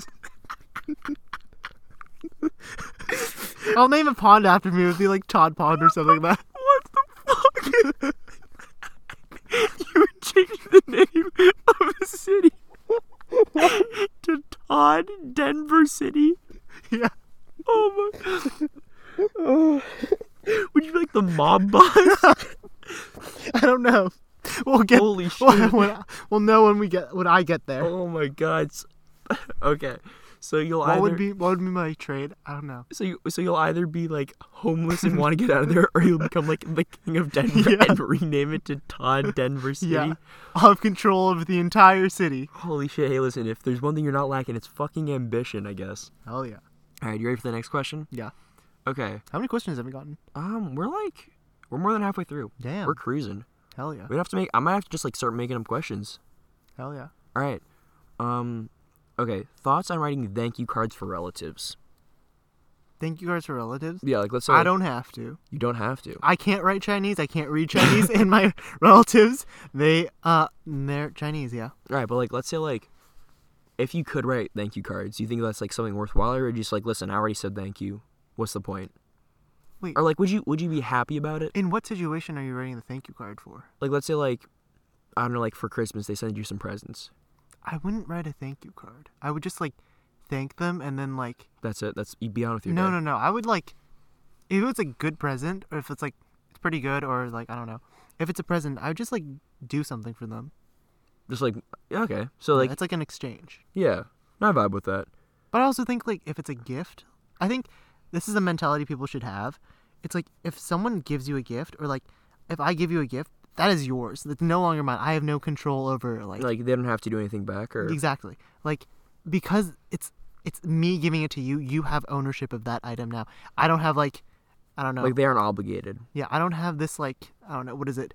S1: I'll name a pond after me. It would be like Todd Pond or something like that.
S2: What the fuck? (laughs) you changed the name of a city to Todd Denver City.
S1: Yeah.
S2: Oh my. (laughs) Would you be like
S1: (laughs)
S2: the mob boss?
S1: I don't know. We'll get.
S2: Holy
S1: (laughs) We'll,
S2: shit.
S1: when- we'll know when we get when I get there.
S2: Oh my god. S- (laughs) Okay. So you'll
S1: What
S2: either
S1: would be what would be my trade? I don't know.
S2: so you so you'll either be like homeless and want to get
S1: (laughs)
S2: out of there or you'll become like the king of Denver
S1: Yeah.
S2: and rename it to Todd Denver City.
S1: Yeah, I'll have control of the entire city.
S2: Holy shit, hey listen, if there's one thing you're not lacking, it's fucking ambition, I guess.
S1: Hell yeah,
S2: Alright, you ready for the next question?
S1: yeah.
S2: Okay.
S1: How many questions have we gotten?
S2: Um, we're like we're more than halfway through.
S1: Damn.
S2: We're cruising.
S1: Hell yeah,
S2: We'd have to make I might have to just like start making up questions.
S1: hell yeah.
S2: Alright. Um okay. Thoughts on writing thank you cards for relatives.
S1: Thank you guys for relatives.
S2: Yeah, like let's say
S1: I
S2: like,
S1: don't have to.
S2: you don't have to.
S1: I can't write Chinese. I can't read Chinese, and my (laughs) relatives they uh they're Chinese. Yeah.
S2: All right, but like, let's say like, if you could write thank you cards, do you think that's like something worthwhile, or just like, listen, I already said thank you. What's the point?
S1: Wait.
S2: Or like, would you would you be happy about it?
S1: In what situation are you writing the thank you card for?
S2: Like, let's say like, I don't know, like for Christmas they send you some presents.
S1: I wouldn't write a thank you card. I would just like thank them and then like
S2: That's it. That's you would be on with your
S1: No,
S2: day.
S1: no, no. I would like if it's a good present or if it's like it's pretty good or like I don't know. If it's a present, I would just like do something for them.
S2: Just like yeah, okay, so
S1: Like
S2: like
S1: it's like an exchange.
S2: yeah, I vibe with that.
S1: But I also think like if it's a gift, I think this is a mentality people should have. It's like if someone gives you a gift or like if I give you a gift, that is yours. That's no longer mine. I have no control over like,
S2: Like they don't have to do anything back or
S1: exactly. Like because it's it's me giving it to you, you have ownership of that item now. I don't have like I don't know.
S2: Like they aren't obligated.
S1: yeah, I don't have this like I don't know what is it,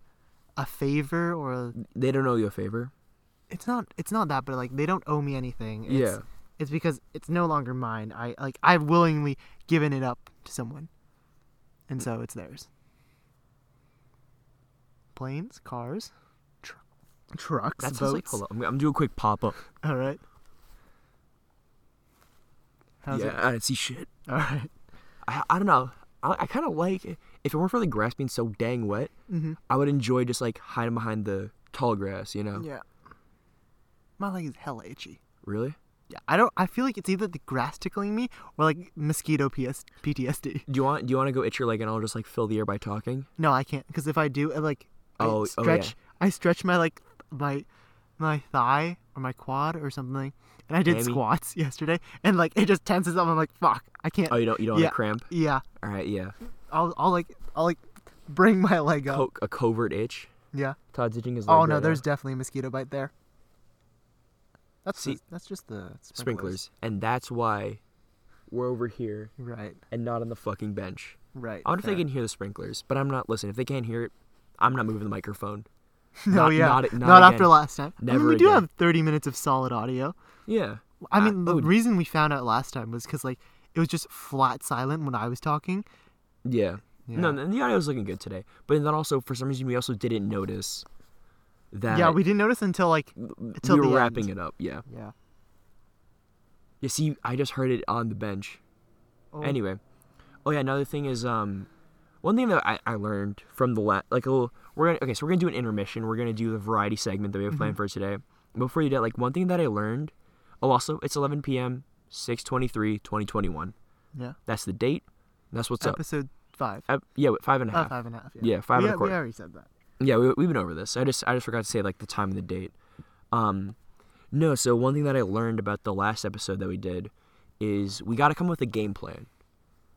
S1: a favor or a,
S2: They don't owe you a favor.
S1: it's not it's not that, but like they don't owe me anything. It's,
S2: Yeah.
S1: it's because it's no longer mine. I like I've willingly given it up to someone, and so it's theirs. Planes, cars, tr- trucks,
S2: That's
S1: boats.
S2: like hold up. I'm, I'm doing a quick pop up.
S1: All right. How's
S2: yeah,
S1: it?
S2: I didn't see shit.
S1: All right.
S2: I, I don't know. I, I kind of like if it weren't for the grass being so dang wet,
S1: Mm-hmm.
S2: I would enjoy just like hiding behind the tall grass. You know?
S1: Yeah. My leg is hella itchy.
S2: Really?
S1: Yeah, I don't. I feel like it's either the grass tickling me or like mosquito PS, PTSD.
S2: Do you want Do you want to go itch your leg and I'll just like fill the air by talking?
S1: No, I can't because if I do, it, like
S2: Oh,
S1: I
S2: oh, yeah.
S1: stretch, I stretch my like my my thigh or my quad or something, and I did
S2: Hammy?
S1: squats (laughs) yesterday, and like it just tenses up. I'm like, fuck, I can't.
S2: Oh, you don't you don't want
S1: Uh, Yeah.
S2: to cramp?
S1: yeah,
S2: All right, yeah.
S1: I'll I'll like I'll like bring my leg up.
S2: Co- a covert itch.
S1: Yeah.
S2: Todd's itching his leg.
S1: Oh no,
S2: right now.
S1: there's definitely a mosquito bite there. That's
S2: See-
S1: the- that's just the sprinklers.
S2: sprinklers, and that's why we're over here
S1: Right,
S2: and not on the fucking bench.
S1: right.
S2: I wonder if
S1: fair.
S2: they can hear the sprinklers, but I'm not listening. If they can't hear it, I'm not moving the microphone.
S1: (laughs) No,
S2: Not-
S1: yeah, not,
S2: not- not
S1: after
S2: again.
S1: last time. I mean,
S2: Never
S1: we do
S2: again.
S1: have 30 minutes of solid audio.
S2: Yeah.
S1: I
S2: Uh,
S1: mean, the
S2: oh.
S1: reason we found out last time was because like it was just flat silent when I was talking.
S2: Yeah. No,
S1: Yeah.
S2: no, the audio's looking good today. But then also, for some reason, we also didn't notice that
S1: yeah, we didn't notice until like till
S2: we were
S1: the
S2: wrapping
S1: end.
S2: it up. Yeah.
S1: yeah.
S2: You see, I just heard it on the bench.
S1: Oh.
S2: Anyway, oh yeah, another thing is um, one thing that I, I learned from the last like a little we're gonna okay so we're gonna do an intermission. We're gonna do the variety segment that we have
S1: Mm-hmm.
S2: planned for today. Before you do that, like one thing that I learned. Oh, also it's 11 p.m. 6:23, 2021.
S1: Yeah.
S2: That's the date. and That's what's up.
S1: Episode five.
S2: Ep- yeah, wait, five and a
S1: Uh,
S2: half.
S1: five and a half. Yeah.
S2: Yeah, five
S1: we,
S2: and a
S1: we
S2: quarter.
S1: already said that.
S2: Yeah, we, we've been over this. I just I just forgot to say like the time and the date. Um, no. So one thing that I learned about the last episode that we did is we got to come up with a game plan.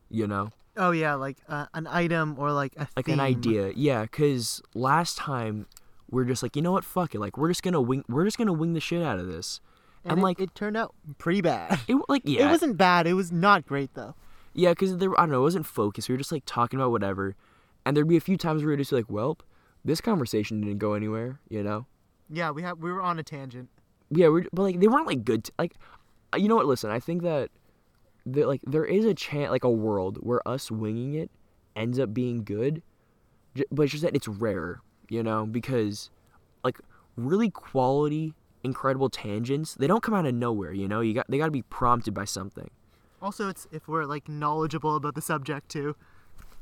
S2: You know.
S1: Oh yeah, like uh, an item or like a
S2: like
S1: theme.
S2: an idea yeah because last time we are just like you know what fuck it like we're just gonna wing we're just gonna wing the shit out of this and,
S1: And, it-
S2: like it,
S1: it, turned out pretty bad.
S2: (laughs) like
S1: (laughs)
S2: yeah
S1: It wasn't bad. It was not great though.
S2: yeah because there i don't know it wasn't focused we were just like talking about whatever and there'd be a few times where we were just like well this conversation didn't go anywhere you know
S1: Yeah, we have we were on a tangent.
S2: yeah we're, but like they weren't like good t- like uh, you know what listen i think that that like there is a chance like a world where us winging it ends up being good J- but it's just that it's rare, you know, because like really quality, incredible tangents, they don't come out of nowhere, you know. You got they got to be prompted by something,
S1: Also, it's if we're like knowledgeable about the subject too.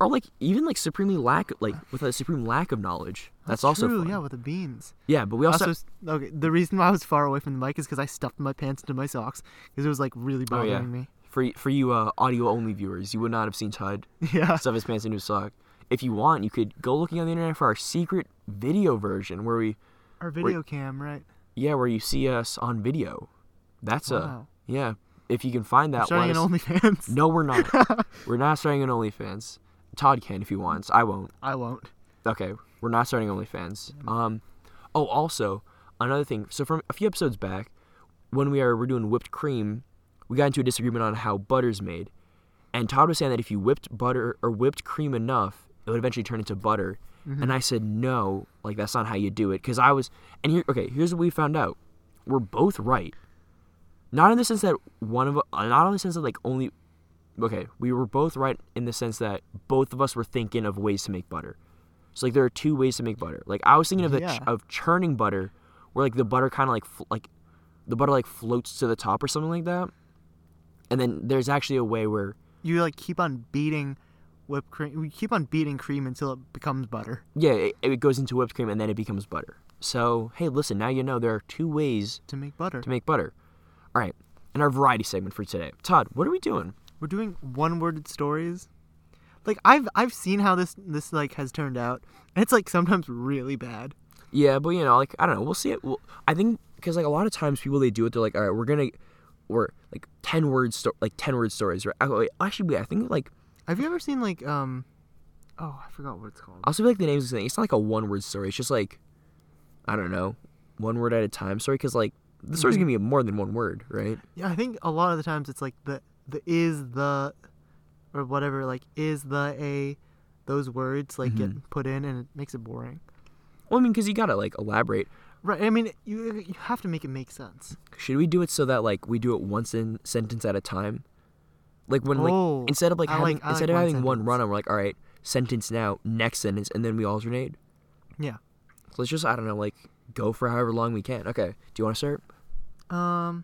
S2: or like even like supremely lack like with a supreme lack of knowledge. That's, also
S1: true.
S2: fun.
S1: Yeah,
S2: Yeah.
S1: with the beans.
S2: but we also,
S1: Also, s- okay. The reason why I was far away from the mic is because I stuffed my pants into my socks because it was like really
S2: oh
S1: bothering
S2: yeah,
S1: me. (laughs)
S2: for for you uh, audio only viewers, you would not have seen Todd
S1: Yeah.
S2: stuff his pants into his sock. If you want, you could go looking on the internet for our secret video version where we
S1: Our video cam, right?
S2: yeah where you see us on video. That's
S1: Wow.
S2: a yeah. If you can find that,
S1: Starting
S2: let
S1: an
S2: us-
S1: OnlyFans. (laughs)
S2: No, we're not. we're not starting an OnlyFans. Todd can if he wants. I won't.
S1: I won't.
S2: Okay, we're not starting OnlyFans. Um, oh, also another thing. So from a few episodes back, when we are we're doing whipped cream, we got into a disagreement on how butter's made, and Todd was saying that if you whipped butter or whipped cream enough, it would eventually turn into butter. And I said no, like that's not how you do it. Because I was, and here, okay, here's what we found out. We're both right. Not in the sense that one of, uh, not in the sense that like only, okay, we were both right in the sense that both of us were thinking of ways to make butter. So like there are two ways to make butter. Like I was thinking of the
S1: Yeah.
S2: ch- of churning butter, where like the butter kind of like fl- like the butter like floats to the top or something like that. And then there's actually a way where
S1: You like keep on beating whipped cream. We keep on beating cream until it becomes butter.
S2: yeah, it, it goes into whipped cream and then it becomes butter. So hey, listen, now you know there are two ways
S1: To make butter,
S2: to make butter. All right, in our variety segment for today, Todd, what are we doing?
S1: we're doing one-worded stories. Like I've I've seen how this this like has turned out, and it's like sometimes really bad.
S2: Yeah, but you know, like I don't know, we'll see it. We'll, I think because like a lot of times people they do it, they're like, all right, we're gonna we're like ten word sto- like ten word stories. Right? Oh, wait, Actually, wait, I think like
S1: Have you ever seen like um, oh I forgot what it's called.
S2: also like the names of the thing. It's not like a one word story. It's just like I don't know, one word at a time story. Because like the story's gonna be more than one word, right?
S1: Yeah, I think a lot of the times it's like the the is the or whatever like is the a those words like
S2: Mm-hmm.
S1: get put in and it makes it boring.
S2: Well, I mean, because you gotta like elaborate.
S1: Right. I mean, you you have to make it make sense.
S2: Should we do it so that like we do it once in sentence at a time? Like when
S1: Oh,
S2: like instead of like
S1: I
S2: having
S1: like- I
S2: instead
S1: like
S2: of
S1: one
S2: having one
S1: sentence.
S2: run, we're like, all right, sentence now, next sentence, and then we alternate.
S1: Yeah.
S2: So let's just I don't know, like go for however long we can. Okay. Do you want to start?
S1: Um.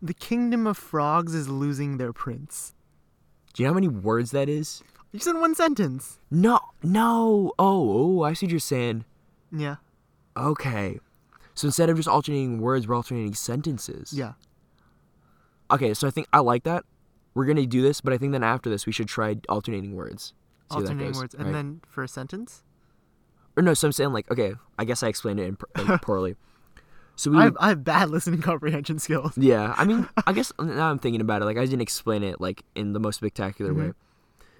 S1: The kingdom of frogs is losing their prince.
S2: Do you know how many words that is?
S1: You said one sentence.
S2: No, no. Oh, oh, I see what you're saying.
S1: Yeah.
S2: Okay. So instead of just alternating words, we're alternating sentences.
S1: Yeah.
S2: Okay, so I think I like that. We're gonna do this, but I think then after this we should try alternating words. See how that
S1: Alternating
S2: goes,
S1: words, and
S2: right?
S1: then for a sentence.
S2: or no, so I'm saying like okay, I guess I explained it in,
S1: (laughs)
S2: like, poorly. So we
S1: I
S2: would,
S1: have, I have bad listening (laughs) comprehension
S2: (laughs)
S1: skills.
S2: yeah, I mean I guess now I'm thinking about it like I didn't explain it like in the most spectacular
S1: Mm-hmm.
S2: way,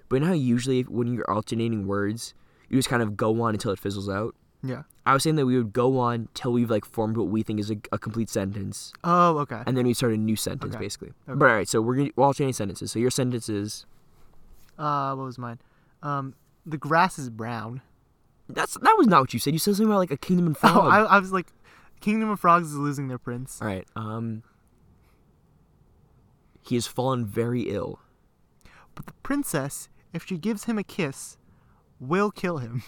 S2: but you know how usually when you're alternating words you just kind of go on until it fizzles out.
S1: Yeah.
S2: I was saying that we would go on till we've like formed what we think is a, a complete sentence,
S1: Oh, okay.
S2: and then we start a new sentence
S1: Okay.
S2: basically.
S1: Okay.
S2: But all right, so we're gonna we're alternating sentences. So your sentence is
S1: Uh, what was mine? Um, the grass is brown.
S2: That's that was not what you said. You said something about like a kingdom in
S1: (laughs)
S2: frog.
S1: Oh, I, I was like, Kingdom of Frogs is losing their prince.
S2: All right. Um. He has fallen very ill.
S1: But the princess, if she gives him a kiss, will kill him.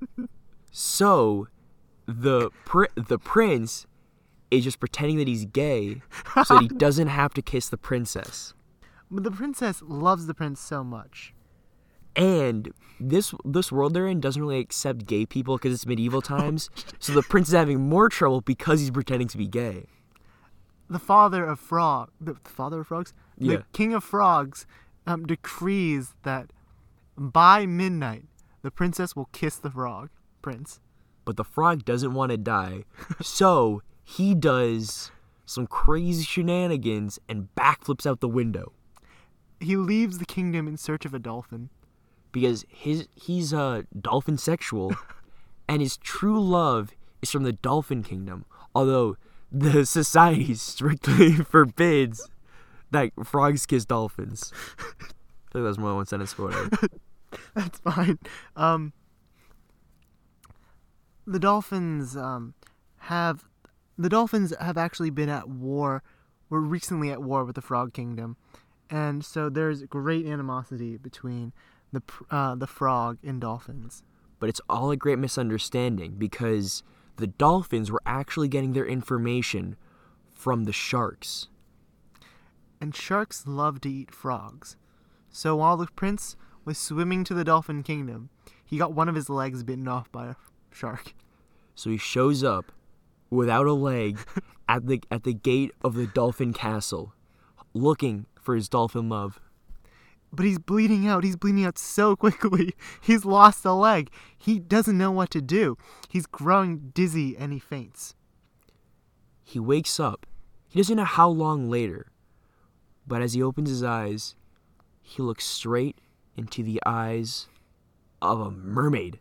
S1: (laughs)
S2: So, the pr- the prince is just pretending that he's gay so that he doesn't have to kiss the princess.
S1: But the princess loves the prince so much.
S2: And this this world they're in doesn't really accept gay people because it's medieval times. so the prince is having more trouble because he's pretending to be gay.
S1: The father of frog, the father of frogs, the
S2: Yeah.
S1: king of frogs, um, decrees that by midnight the princess will kiss the frog prince.
S2: but the frog doesn't want to die. So he does some crazy shenanigans and backflips out the window
S1: He leaves the kingdom in search of a dolphin.
S2: because his he's a dolphin sexual and his true love is from the dolphin kingdom. Although the (laughs) society strictly (laughs) forbids that frogs kiss dolphins. I think that was more than one sentence for it.
S1: That's fine. Um, the dolphins um, have the dolphins have actually been at war. Were recently at war with the Frog Kingdom, and so there's great animosity between the pr- uh, the frog and dolphins.
S2: but it's all a great misunderstanding because the dolphins were actually getting their information from the sharks.
S1: And sharks love to eat frogs. So while the prince was swimming to the Dolphin Kingdom, he got one of his legs bitten off by a shark.
S2: So he shows up without a leg at the at the gate of the dolphin castle looking for his dolphin love.
S1: But he's bleeding out. He's bleeding out so (laughs) quickly. He's lost a leg. He doesn't know what to do. He's growing dizzy and he faints.
S2: He wakes up. He doesn't know how long later, but as he opens his eyes, he looks straight into the eyes of a mermaid.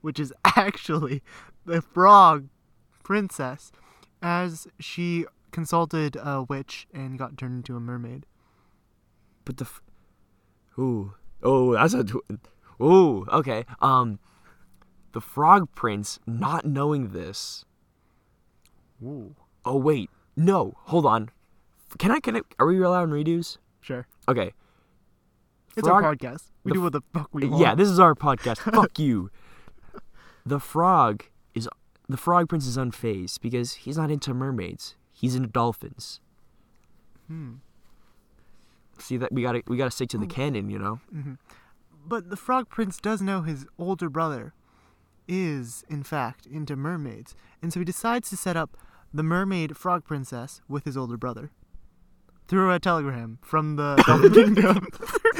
S1: which is (laughs) actually the frog princess, as she consulted a witch and got turned into a mermaid.
S2: But the, f- ooh, oh, that's a, tw- ooh, okay. Um, the frog prince, not knowing this.
S1: Ooh.
S2: Oh wait, no, hold on. Can I? Can I? Are we allowed redos?
S1: Sure.
S2: Okay.
S1: It's our
S2: Frog-
S1: podcast. We
S2: the
S1: do what the fuck we want.
S2: Yeah, this is
S1: (laughs)
S2: our podcast. Fuck you. The frog is the frog prince is unfazed because he's not into mermaids. He's into dolphins. Hmm. See that we gotta we gotta stick to the
S1: Oh.
S2: canon, you know.
S1: But the frog prince does know his older brother is, in fact, into mermaids, and so he decides to set up the mermaid frog princess with his older brother through a telegram from
S2: (laughs)
S1: the Dolphin Kingdom.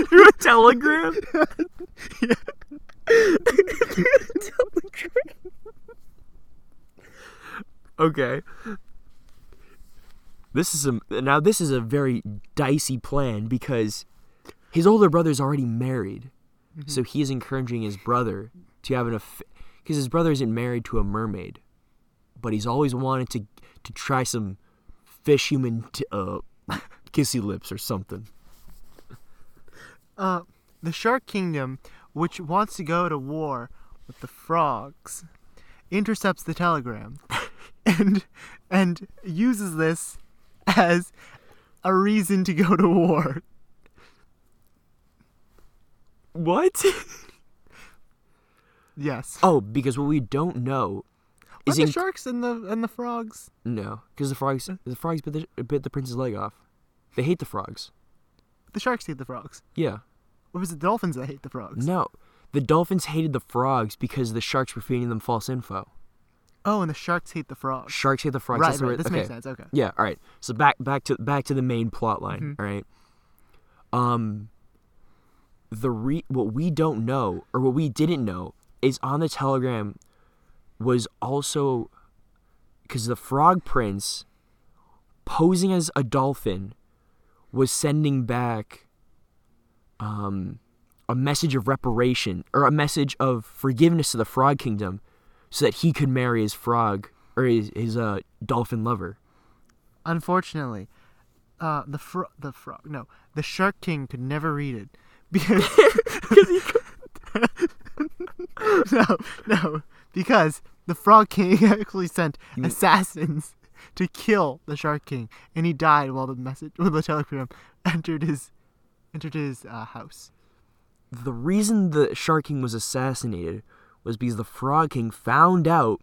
S2: Through a telegram. (laughs) Okay. This is a now this is a very dicey plan because his older brother's already married. So he is encouraging his brother to have an affair because his brother isn't married to a mermaid, but he's always wanted to to try some fish human t- uh (laughs) kissy lips or something.
S1: Uh, the shark kingdom, which wants to go to war with the frogs, intercepts the
S2: (laughs)
S1: telegram and and uses this as a reason to go to war.
S2: What?
S1: Yes.
S2: oh, because what we don't know
S1: But
S2: is
S1: the
S2: in
S1: sharks and the and the frogs.
S2: no, because the frogs the frogs bit the, bit the prince's leg off. They hate the frogs.
S1: The sharks hate the frogs.
S2: Yeah.
S1: Or was it dolphins that hate the frogs?
S2: No, the dolphins hated the frogs because the sharks were feeding them false info.
S1: Oh, and the sharks hate the frogs.
S2: Sharks hate the frogs.
S1: right,
S2: that's the
S1: right.
S2: way-
S1: This
S2: okay.
S1: makes sense. Okay.
S2: Yeah, all right. So back back to back to the main plot line, all right? Um the re- what we don't know or what we didn't know is on the telegram was also cuz the frog prince posing as a dolphin was sending back um a message of reparation or a message of forgiveness to the frog kingdom so that he could marry his frog or his, his uh, dolphin lover.
S1: Unfortunately, uh, the fro- the frog. No, the shark king could never read it (laughs)
S2: (laughs)
S1: because no, no, because the frog king (laughs) actually sent
S2: Mm.
S1: assassins to kill the shark king, and he died while the message, while the telegram (laughs) entered his entered his uh, house.
S2: the reason the Shark King was assassinated was because the Frog King found out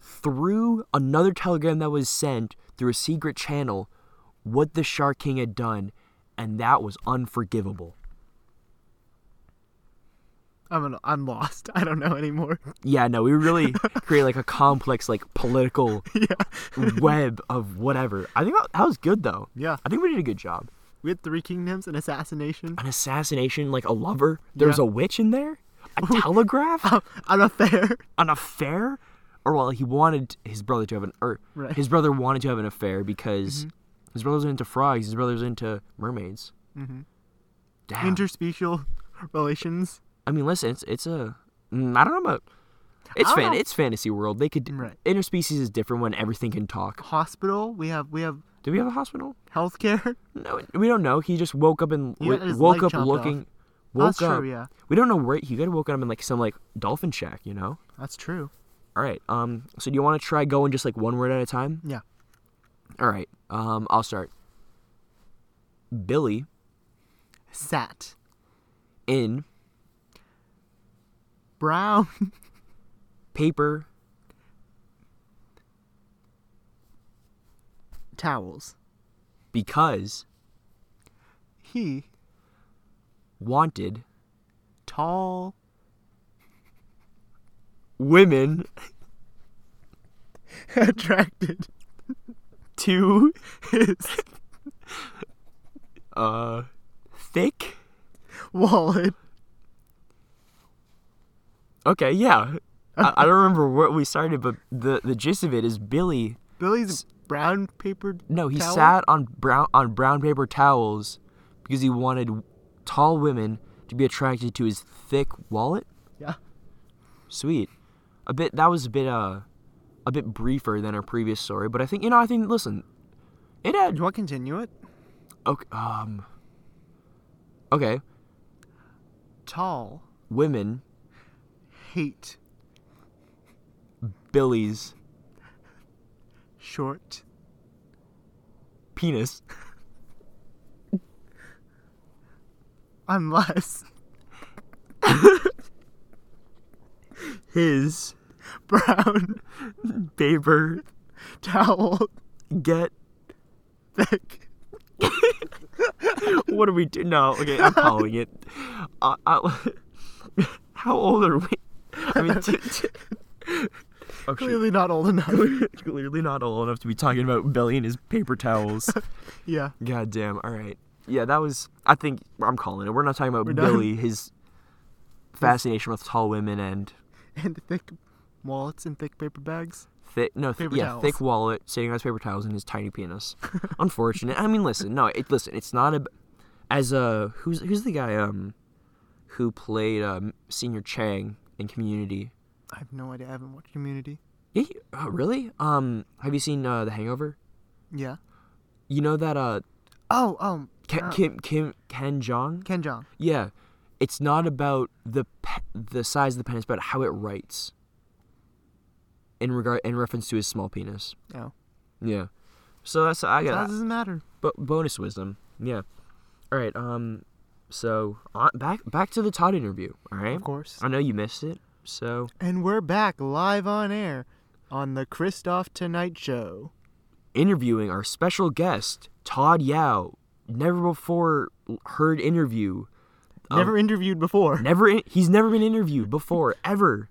S2: through another telegram that was sent through a secret channel what the Shark King had done, and that was unforgivable.
S1: I'm an, I'm lost. (laughs) I don't know anymore.
S2: Yeah, no,
S1: (laughs)
S2: we really create like a complex, like political
S1: yeah,
S2: web of whatever. I think that, that was good though.
S1: yeah.
S2: I think we did a good job.
S1: We had three kingdoms, an assassination,
S2: An assassination, like a lover. There's
S1: Yeah.
S2: a witch in there.
S1: (laughs)
S2: A telegraph.
S1: an affair.
S2: an affair, or well, he wanted his brother to have an or
S1: Right. Mm-hmm.
S2: his brother wanted to have an affair because his brother's into frogs, his brother's into mermaids.
S1: Mhm.
S2: Damn.
S1: interspecial relations.
S2: I mean, listen, it's it's a mm, I don't know about it's
S1: I don't
S2: fan
S1: know.
S2: it's fantasy world. They could
S1: Right.
S2: interspecies is different when everything can talk.
S1: Hospital. We have we have
S2: Do we have a hospital?
S1: healthcare. (laughs)
S2: No, we don't know. He just woke up and
S1: He
S2: wo-
S1: got his
S2: woke
S1: leg
S2: up
S1: chopped
S2: looking. Woke
S1: That's
S2: up.
S1: true. Yeah,
S2: We don't know where he could have woken up in like some like dolphin shack, you know.
S1: that's true.
S2: All right. Um. So do you want to try going just like one word at a time?
S1: Yeah.
S2: All right. Um, I'll start. Billy
S1: Sat
S2: in
S1: brown (laughs)
S2: paper
S1: towels.
S2: because
S1: He
S2: wanted
S1: tall (laughs)
S2: women
S1: attracted. (laughs)
S2: to
S1: His (laughs)
S2: uh thick.
S1: wallet.
S2: Okay, yeah. I, I don't remember where we started, but the the gist of it is Billy.
S1: Billy's brown papered.
S2: No, he
S1: Towel?
S2: sat on brown on brown paper towels because he wanted tall women to be attracted to his thick wallet.
S1: Yeah.
S2: Sweet. A bit that was a bit uh a bit briefer than our previous story, but I think you know, I think listen, it
S1: Do
S2: had
S1: you want to continue it?
S2: okay, um Okay.
S1: Tall
S2: Women,
S1: hate
S2: Billy's
S1: short
S2: penis (laughs)
S1: unless (laughs)
S2: his
S1: brown (laughs)
S2: paper
S1: towel
S2: get
S1: thick.
S2: what are we do no, okay, I'm calling it. (laughs) Uh, (laughs) I, how old are we? I mean t- t- (laughs) Oh, shoot.
S1: Clearly not old enough.
S2: Clearly not old enough to be talking about Billy and his paper (laughs) towels.
S1: yeah.
S2: God damn. All right. Yeah, that was. I think I'm calling it. We're not talking about
S1: We're done.
S2: Billy, his fascination with tall women and
S1: (laughs) And thick wallets and thick paper bags.
S2: thick, no, th-
S1: Paper
S2: yeah,
S1: towels.
S2: thick wallet, sitting on his paper towels and his tiny penis. (laughs) Unfortunate. I mean, listen. No, it, listen. It's not a. As a who's who's the guy um, who played um senior Chang in Community.
S1: I have no idea. I haven't watched Community.
S2: Yeah, he- oh, really? Um, have uh, you seen uh, The Hangover?
S1: Yeah.
S2: You know that uh,
S1: Oh, um,
S2: Ken,
S1: uh,
S2: Kim Kim Ken Jong.
S1: Ken Jong.
S2: Yeah, it's not about the pe- the size of the pen. It's about how it writes. In regard, in reference to his small penis.
S1: Oh,
S2: Yeah. So that's I
S1: that
S2: got
S1: doesn't matter.
S2: bo- bonus wisdom. Yeah. All right. Um. So on, back back to the Todd interview. All right.
S1: Of course.
S2: I know you missed it. So
S1: And we're back live on air on the Christoph Tonight Show.
S2: interviewing our special guest Todd Yao, never before heard interview. Um,
S1: Never interviewed before.
S2: Never. In, he's never been interviewed
S1: (laughs)
S2: before ever.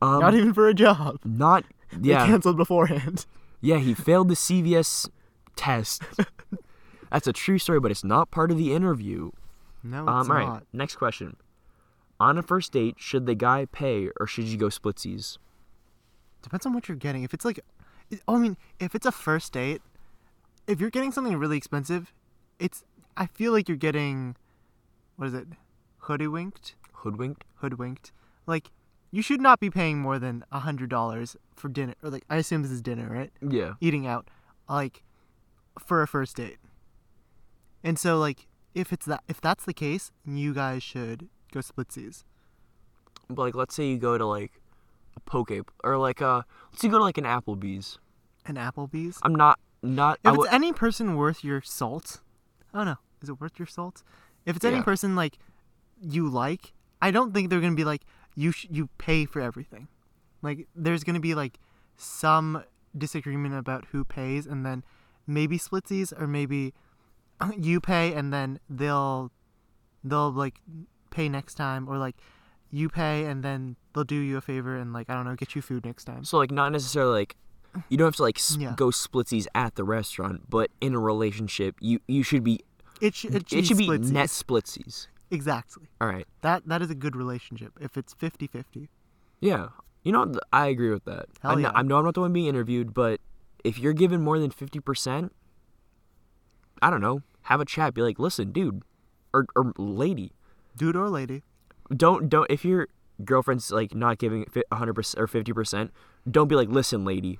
S2: Um,
S1: Not even for a job.
S2: Not
S1: They
S2: yeah
S1: canceled beforehand. (laughs)
S2: yeah he failed the CVS test. That's a true story, but it's not part of the interview.
S1: No,
S2: Um,
S1: it's
S2: all
S1: not.
S2: right, next question. On a first date, should the guy pay or should you go splitsies?
S1: Depends on what you're getting. If it's like, oh, I mean, if it's a first date, if you're getting something really expensive, it's. I feel like you're getting, what is it, hoodwinked,
S2: Hoodwinked?
S1: hoodwinked. Like, you should not be paying more than a hundred dollars for dinner. Or like, I assume this is dinner, right?
S2: Yeah.
S1: Eating out, like, for a first date. And so, like, if it's that, if that's the case, you guys should go splitsies.
S2: But like, let's say you go to like a poke or like a let's say you go to like an Applebee's.
S1: And Applebee's.
S2: I'm not not.
S1: If
S2: I would-
S1: it's any person worth your salt, oh no, is it worth your salt? If it's
S2: Yeah.
S1: any person like you like, I don't think they're gonna be like you. Sh- you pay for everything. Like there's gonna be like some disagreement about who pays, and then maybe splitsies, or maybe (clears throat) you pay and then they'll they'll like pay next time, or like you pay and then they'll do you a favor and like I don't know, get you food next time.
S2: so like not necessarily like you don't have to like s
S1: Yeah.
S2: go splitsies at the restaurant, but in a relationship, you you should be
S1: It, sh-
S2: it, should be
S1: splitsies.
S2: net splitsies.
S1: exactly.
S2: All right.
S1: That that is a good relationship if it's 50-50.
S2: Yeah. You know, th- I agree with that.
S1: Hell
S2: I, know,
S1: yeah.
S2: I know I'm not the one being interviewed, but if you're given more than 50%, I don't know, have a chat. Be like, listen, dude, or, or lady,
S1: Dude or lady.
S2: don't, don't, if your girlfriend's like not giving fi- 100% or 50%, don't be like, listen, lady.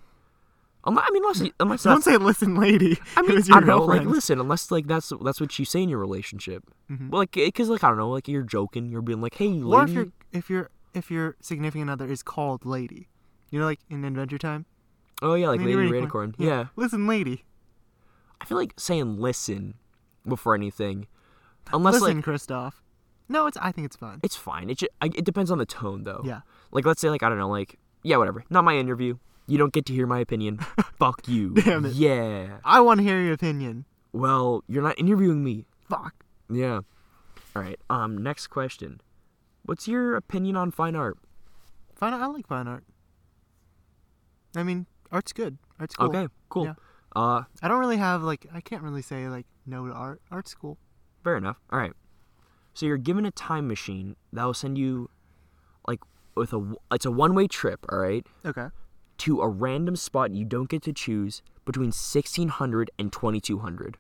S2: Um, I mean, unless, unless
S1: Don't
S2: that's,
S1: say listen lady.
S2: (laughs) I mean,
S1: it was your
S2: I don't know, like,
S1: girlfriend.
S2: listen, unless like that's, that's what you say in your relationship. Well, like, because like, I don't know, like you're joking, you're being like, hey, lady.
S1: or if your if your if your significant other is called lady. You know like in Adventure Time?
S2: oh yeah, like lady, Radicorn. yeah.
S1: Listen lady.
S2: I feel like saying listen before anything, unless
S1: listen
S2: like
S1: Kristoff. No, it's I think it's fun.
S2: it's fine. It ju- I, it depends on the tone though.
S1: Yeah.
S2: Like let's say like I don't know like yeah whatever. Not my interview. You don't get to hear my
S1: (laughs)
S2: opinion. Fuck you.
S1: Damn it.
S2: Yeah.
S1: I want to hear your opinion.
S2: Well, you're not interviewing me.
S1: Fuck.
S2: Yeah. All right. Um. Next question. What's your opinion on fine art?
S1: Fine art- I like fine art. I mean, art's good. Art's cool.
S2: Okay. Cool.
S1: Yeah.
S2: Uh.
S1: I don't really have like I can't really say like no to art. Art's cool.
S2: Fair enough. All right. So you're given a time machine that will send you, like, with a w- it's a one way trip. All right.
S1: Okay.
S2: to a random spot you don't get to choose between 1600 and 2200.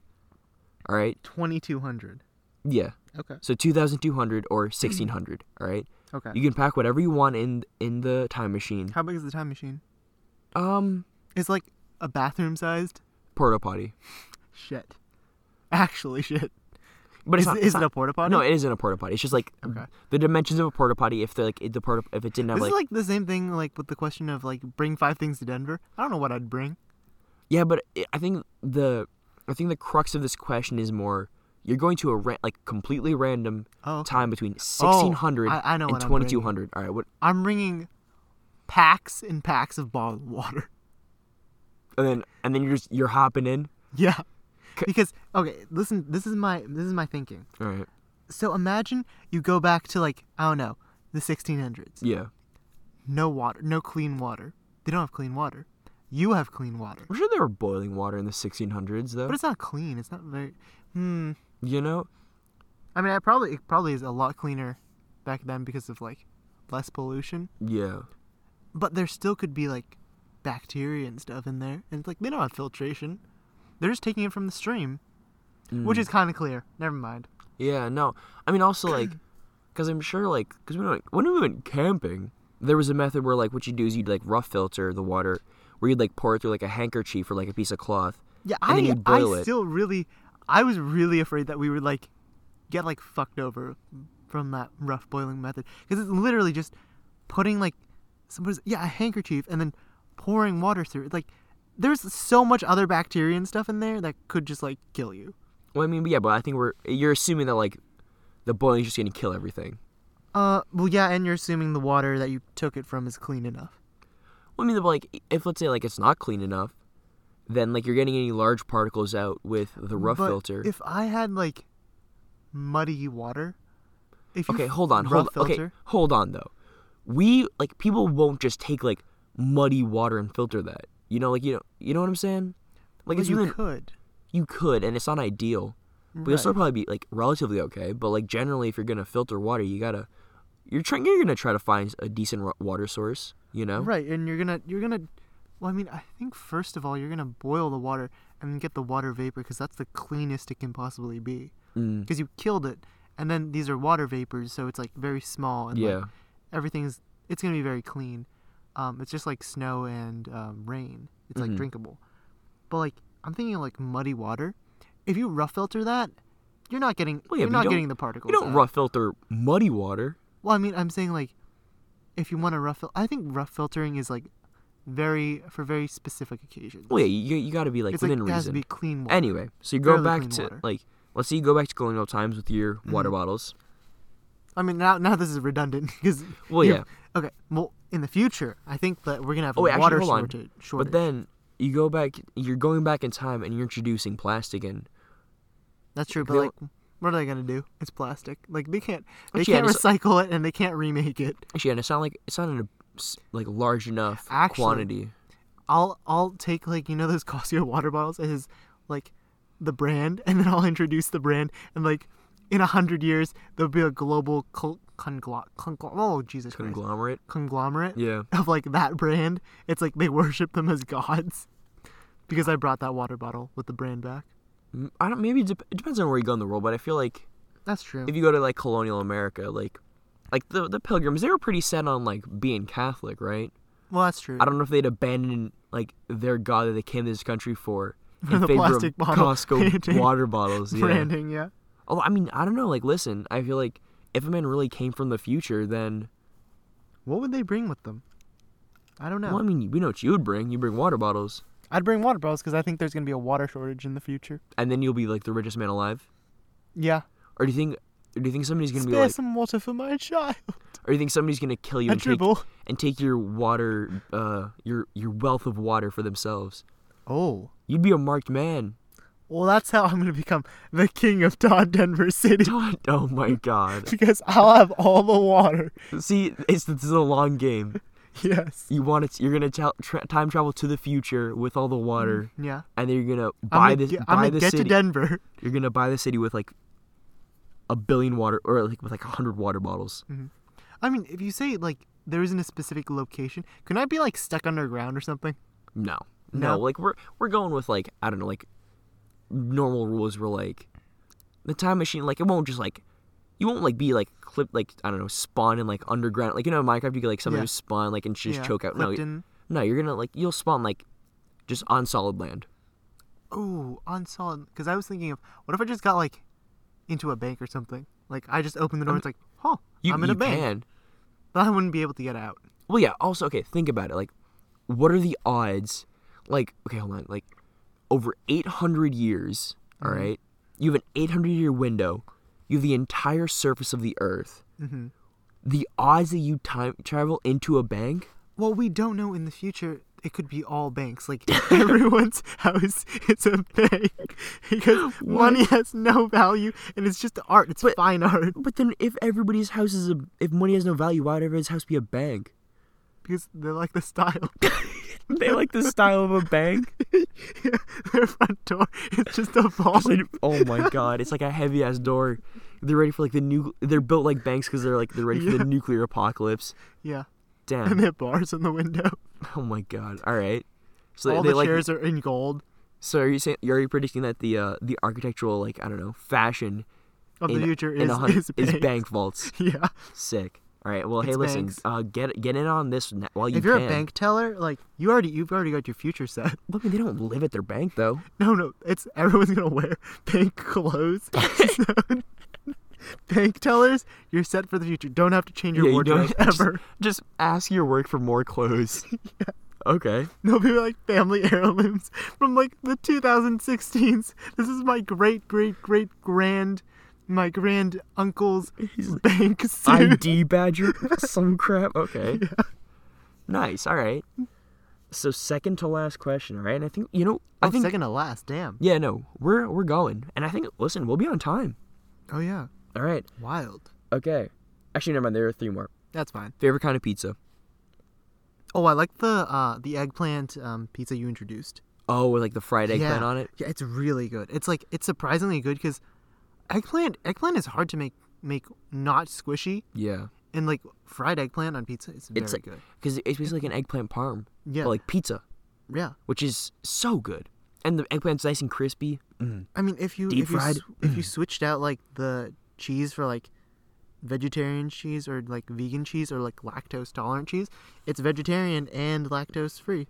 S2: All right?
S1: 2200.
S2: Yeah.
S1: Okay.
S2: So 2200
S1: Hmm.
S2: or 1600, all right?
S1: Okay.
S2: You can pack whatever you want in in the time machine.
S1: How big is the time machine?
S2: Um
S1: It's like a bathroom sized
S2: porta potty.
S1: shit. Actually, shit.
S2: But
S1: Is,
S2: it's not,
S1: is it a porta potty?
S2: No, it isn't a porta potty. It's just like
S1: Okay.
S2: the dimensions of a porta potty if the like if the porta if it didn't have
S1: This
S2: like,
S1: is like the same thing, like with the question of like bring five things to Denver. I don't know what I'd bring.
S2: Yeah, but it, I think the I think the crux of this question is more you're going to a ra- like completely random
S1: Oh, okay.
S2: time between 1600
S1: I- I know
S2: and
S1: what I'm bringing.
S2: 2200. All right, what
S1: I'm bringing packs and packs of bottled water. (laughs)
S2: and then and then you're just you're hopping in.
S1: Yeah,
S2: 'Kay.
S1: because okay, listen. This is my this is my thinking.
S2: All right.
S1: So imagine you go back to like I don't know the 1600s.
S2: Yeah.
S1: No water, no clean water. They don't have clean water. You have clean water,
S2: I'm sure they were boiling water in the 1600s though.
S1: but it's not clean. It's not very. Hmm.
S2: You know,
S1: I mean, I probably it probably is a lot cleaner back then because of like less pollution,
S2: yeah.
S1: but there still could be like bacteria and stuff in there, and it's like they don't have filtration. They're just taking it from the stream, which is kind of clear. Never mind.
S2: Yeah, no. I mean
S1: (clears throat)
S2: also like cuz I'm sure like cuz when, we went- when we went camping, there was a method where like what you do is you'd like rough filter the water where you'd like pour it through like a handkerchief or like a piece of cloth.
S1: Yeah,
S2: And then
S1: I
S2: you'd
S1: I
S2: boil it.
S1: still really I was really afraid that we would like get like fucked over from that rough boiling method because it's literally just putting like somebody's yeah a handkerchief and then pouring water through it. Like there's so much other bacteria and stuff in there that could just like kill you.
S2: Well, I mean, yeah, but I think we're you're assuming that like the boiling's just gonna kill everything.
S1: Uh, well, yeah, and you're assuming the water that you took it from is clean enough.
S2: Well, I mean, but, like if let's say like it's not clean enough, then like you're getting any large particles out with the rough
S1: But
S2: filter.
S1: If I had like muddy water, if you
S2: okay,
S1: f-
S2: hold on, hold
S1: rough
S2: okay,
S1: filter,
S2: hold on though. We like people won't just take like muddy water and filter that. You know, like you know, you know what I'm saying? Like
S1: well,
S2: it's
S1: you
S2: really
S1: could.
S2: you could, and it's not ideal. But you'll still
S1: Right.
S2: probably be like relatively okay. But like generally, if you're gonna filter water, you gotta you're trying you're gonna try to find a decent ru- water source. You know,
S1: Right, and you're gonna you're gonna. Well, I mean, I think first of all you're gonna boil the water and get the water vapor because that's the cleanest it can possibly be
S2: Mm,
S1: because you killed it, and then these are water vapors, so it's like very small and
S2: yeah,
S1: like, everything's it's gonna be very clean. Um, it's just like snow and um, rain. It's
S2: Mhm.
S1: like drinkable, but like I'm thinking like muddy water. If you rough filter that, you're not getting
S2: Well, yeah,
S1: you're
S2: but you
S1: not
S2: don't-
S1: getting the particles.
S2: you don't
S1: out.
S2: rough filter muddy water.
S1: Well, I mean, I'm saying like, if you want to rough, fil- I think rough filtering is like very for very specific occasions.
S2: Well, Oh, yeah, you you gotta be like
S1: it's like
S2: within
S1: it
S2: reason.
S1: has to be clean water.
S2: Anyway, so you go
S1: Fairly
S2: back
S1: clean
S2: to
S1: water. Mm-hmm.
S2: like let's say you go back to colonial times with your water bottles.
S1: I mean, now now this is redundant (laughs) because
S2: Well,
S1: you-
S2: yeah,
S1: Okay, well, in the future, I think that we're gonna have
S2: Oh, wait,
S1: a
S2: actually,
S1: water
S2: hold on.
S1: shortage. shortage.
S2: but then you go back. You're going back in time and you're introducing plastic and
S1: that's true. But
S2: they-
S1: like, what are they gonna do? It's plastic. Like they can't they
S2: Actually, I
S1: can't
S2: just-
S1: recycle it and they can't remake it.
S2: actually, and it sounded like it sounded a s- like large enough
S1: Actually-
S2: quantity.
S1: I'll I'll take like you know those (laughs) Costco water bottles as like the brand, and then I'll introduce the brand, and like in a hundred years there'll be a global col- conglo- conglo- oh Jesus Christ.
S2: conglomerate.
S1: conglomerate
S2: Yeah.
S1: of like that brand. It's like they (laughs) worship them as gods because I brought that water bottle with the brand back.
S2: Mm, I don't. Maybe it, dep- it depends on where you go in the world, but I feel like
S1: That's true.
S2: if you go to like colonial America, like like the the Pilgrims, they were pretty set on like being Catholic, right?
S1: well, that's true.
S2: I don't know if they'd abandon like their god that they came to this
S1: (laughs)
S2: country for
S1: For
S2: in
S1: the
S2: favor
S1: plastic
S2: of
S1: bottle
S2: Costco
S1: (laughs) branding.
S2: water bottles. Yeah.
S1: branding, yeah.
S2: Oh, I mean, I don't know. Like, listen, I feel like if a man really came from the future, then
S1: What would they bring with them? I don't know.
S2: well, I mean, we know what you would bring. You bring water bottles,
S1: I'd bring water bottles because I think there's gonna be a water shortage in the future.
S2: and then you'll be like the richest man alive.
S1: Yeah.
S2: Or do you think? Or do you think somebody's gonna be
S1: Spare
S2: like?
S1: some water for my child.
S2: Or do you think somebody's gonna kill you
S1: A
S2: and take,
S1: dribble.
S2: and take your water, uh, your your wealth of water for themselves?
S1: Oh.
S2: You'd be a marked man. (laughs)
S1: Well, that's how I'm going to become the king of Todd Denver City (laughs)
S2: Don't- oh my god.
S1: because I'll have all the water. (laughs)
S2: See, it's this is a long game.
S1: Yes.
S2: You want it? You're gonna tra- tra- time travel to the future with all the water,
S1: Yeah.
S2: and then you're gonna
S1: I'm
S2: buy
S1: gonna
S2: this.
S1: Mm. get, I'm
S2: buy
S1: gonna
S2: the
S1: get
S2: city.
S1: to Denver. (laughs)
S2: you're gonna buy the city with like a billion water or like with like a hundred water bottles.
S1: I mean, if you say like there isn't a specific location, can I be like stuck underground or something?
S2: No, no,
S1: No?
S2: like we're we're going with like I don't know, like normal rules were like the time machine. Like it won't just like you won't like be like clip like I don't know spawn in like underground. Like you know in Minecraft you could like sometimes
S1: Yeah.
S2: spawn like and just
S1: Yeah,
S2: choke out. No,
S1: Clifton.
S2: no, you're gonna like you'll spawn like just on solid land.
S1: Oh, on solid. Because I was thinking of what if I just got like into a bank or something? Like I just open the door.
S2: I'm-
S1: it's like, huh,
S2: You,
S1: I'm in
S2: you
S1: a bank,
S2: can.
S1: but I wouldn't be able to get out.
S2: Well, yeah. Also, okay, think about it. Like, what are the odds? Like, okay, hold on. Like, over 800 years, all
S1: Mm-hmm.
S2: right? You have an 800 year window. You have the entire surface of the earth.
S1: hmm
S2: The odds that you time travel into a bank?
S1: Well, we don't know in the future. It could be all banks. Like (laughs) everyone's house is a bank (laughs) because money has no value and it's just art. It's fine art
S2: But then, if everybody's house is a, if money has no value, why would everybody's house be a bank? (laughs)
S1: because they like the style. (laughs)
S2: They like the style of a bank. (laughs)
S1: Their front door is just a vault.
S2: oh my god, it's like a heavy ass door. They're ready for like the new. They're built like banks because they're like they're ready for
S1: Yeah.
S2: the nuclear apocalypse.
S1: Yeah, and
S2: Damn.
S1: they have bars in the window.
S2: (laughs) Oh my god. All right. So
S1: All
S2: they
S1: the
S2: like
S1: chairs are in gold
S2: So are you saying are you predicting that the uh, the architectural like I don't know fashion
S1: of
S2: in,
S1: the future (laughs)
S2: in
S1: is
S2: a hun-
S1: is,
S2: is
S1: bank.
S2: bank vaults?
S1: Yeah,
S2: Sick. All right. Well, hey,
S1: It's
S2: listen.
S1: banks.
S2: Uh, get get in on this na- while you
S1: if you're
S2: can.
S1: a bank teller, like you already you've already got your future set.
S2: Well, I mean, they don't live at their bank though.
S1: No, no, it's everyone's gonna wear (laughs) bank
S2: (laughs)
S1: clothes. (laughs) So, bank tellers, you're set for the future. Don't have to change your
S2: Yeah, you
S1: wardrobe
S2: don't- (laughs) just-
S1: ever.
S2: Just, ask your work for
S1: (laughs)
S2: more clothes. Okay.
S1: No, people are like family heirlooms from like the 2016s. This is my great great great grand, my grand uncle's bank suit.
S2: ID
S1: (laughs)
S2: badger. Some crap. Okay. Nice. All right. So second to last question. All right. And I think you know. I
S1: Oh,
S2: think.
S1: second to last. Damn.
S2: Yeah. No. We're we're going. And I think listen, we'll be on time.
S1: Oh yeah.
S2: All right.
S1: Wild.
S2: Okay. Actually, never mind. There are three more.
S1: That's fine.
S2: Favorite kind of pizza.
S1: Oh, I like the uh the eggplant um pizza you introduced.
S2: Oh, with like the fried eggplant
S1: yeah.
S2: on it.
S1: Yeah, it's really good. It's like it's surprisingly good because eggplant eggplant is hard to make make not squishy
S2: Yeah.
S1: and like fried eggplant on pizza is very
S2: It's like
S1: good.
S2: because it's basically like an eggplant parm.
S1: Yeah.
S2: But like pizza,
S1: Yeah,
S2: which is so good. And the eggplant's nice and crispy. Mm.
S1: I mean if you
S2: Deep
S1: if you,
S2: fried.
S1: s- if
S2: (clears throat)
S1: you switched out like the cheese for like vegetarian cheese or like vegan cheese or like lactose tolerant cheese, it's vegetarian and lactose free.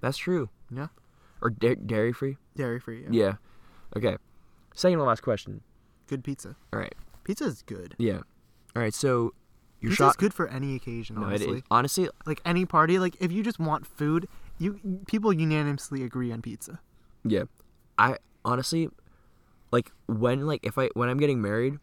S2: That's true.
S1: Yeah,
S2: Or da- dairy free.
S1: dairy free. Yeah.
S2: Yeah. Okay. Second to last question.
S1: good pizza.
S2: All right.
S1: Pizza is good.
S2: Yeah. All right. So your
S1: Pizza is
S2: shot.
S1: good for any occasion.
S2: No,
S1: Honestly,
S2: it is honestly.
S1: like any party like if you just want food you people unanimously agree on pizza
S2: Yeah. I honestly, like when like if I when I'm getting married,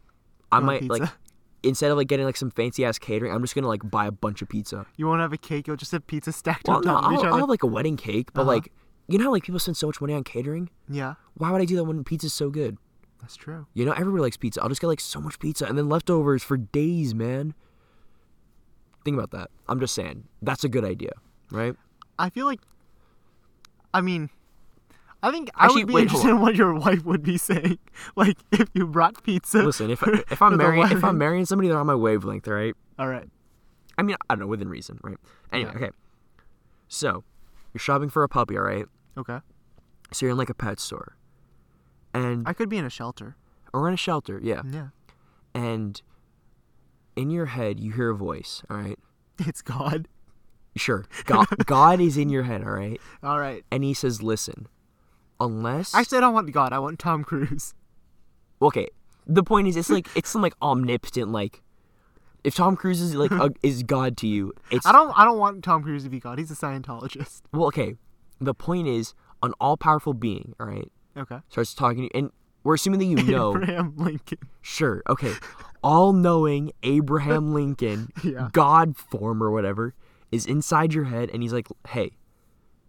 S2: I
S1: Want
S2: might like
S1: pizza?
S2: instead of like getting like some fancy ass catering, I'm just gonna like buy a bunch of pizza.
S1: (laughs) you won't have a cake you'll just have pizza stacked
S2: Well,
S1: on
S2: no,
S1: top of each
S2: I'll,
S1: other
S2: I'll have like a wedding cake, but
S1: Uh-huh.
S2: like you know how like people spend so much money on catering.
S1: yeah
S2: Why would I do that when pizza's so good?
S1: that's true
S2: You know, everybody likes pizza. I'll just get like so much pizza and then leftovers for days, man. Think about that. I'm just saying that's a good idea,
S1: (laughs)
S2: right?
S1: i feel like i mean i think i
S2: Actually,
S1: would be
S2: wait, hold
S1: interested in what your (laughs) wife would be saying (laughs) like if you brought pizza
S2: Listen, if
S1: for- (laughs)
S2: if
S1: for
S2: I'm
S1: the
S2: marrying if I'm
S1: wedding.
S2: marrying somebody, they're on my wavelength, right?
S1: all right
S2: I mean, I don't know, within reason, right? Anyway,
S1: Yeah.
S2: okay. So, you're shopping for a puppy, all right?
S1: okay
S2: So you're in like a pet store, and
S1: i could be in a shelter
S2: or in a shelter, yeah.
S1: yeah (laughs)
S2: And in your head, you hear a voice, all right?
S1: it's god
S2: Sure,
S1: (laughs)
S2: God, God is in your head, all right?
S1: all right
S2: And he says, "Listen, unless
S1: actually i don't want god i want tom cruise
S2: okay the point is it's like it's some like omnipotent like if tom cruise is
S1: (laughs)
S2: like a, is god to you it's
S1: i don't i don't want tom cruise to be god he's a scientologist
S2: well okay the point is an all-powerful being all right
S1: okay
S2: starts talking to you and we're assuming that you
S1: (laughs)
S2: know
S1: abraham lincoln
S2: sure okay all-knowing abraham lincoln
S1: (laughs) Yeah.
S2: god form or whatever is inside your head and he's like hey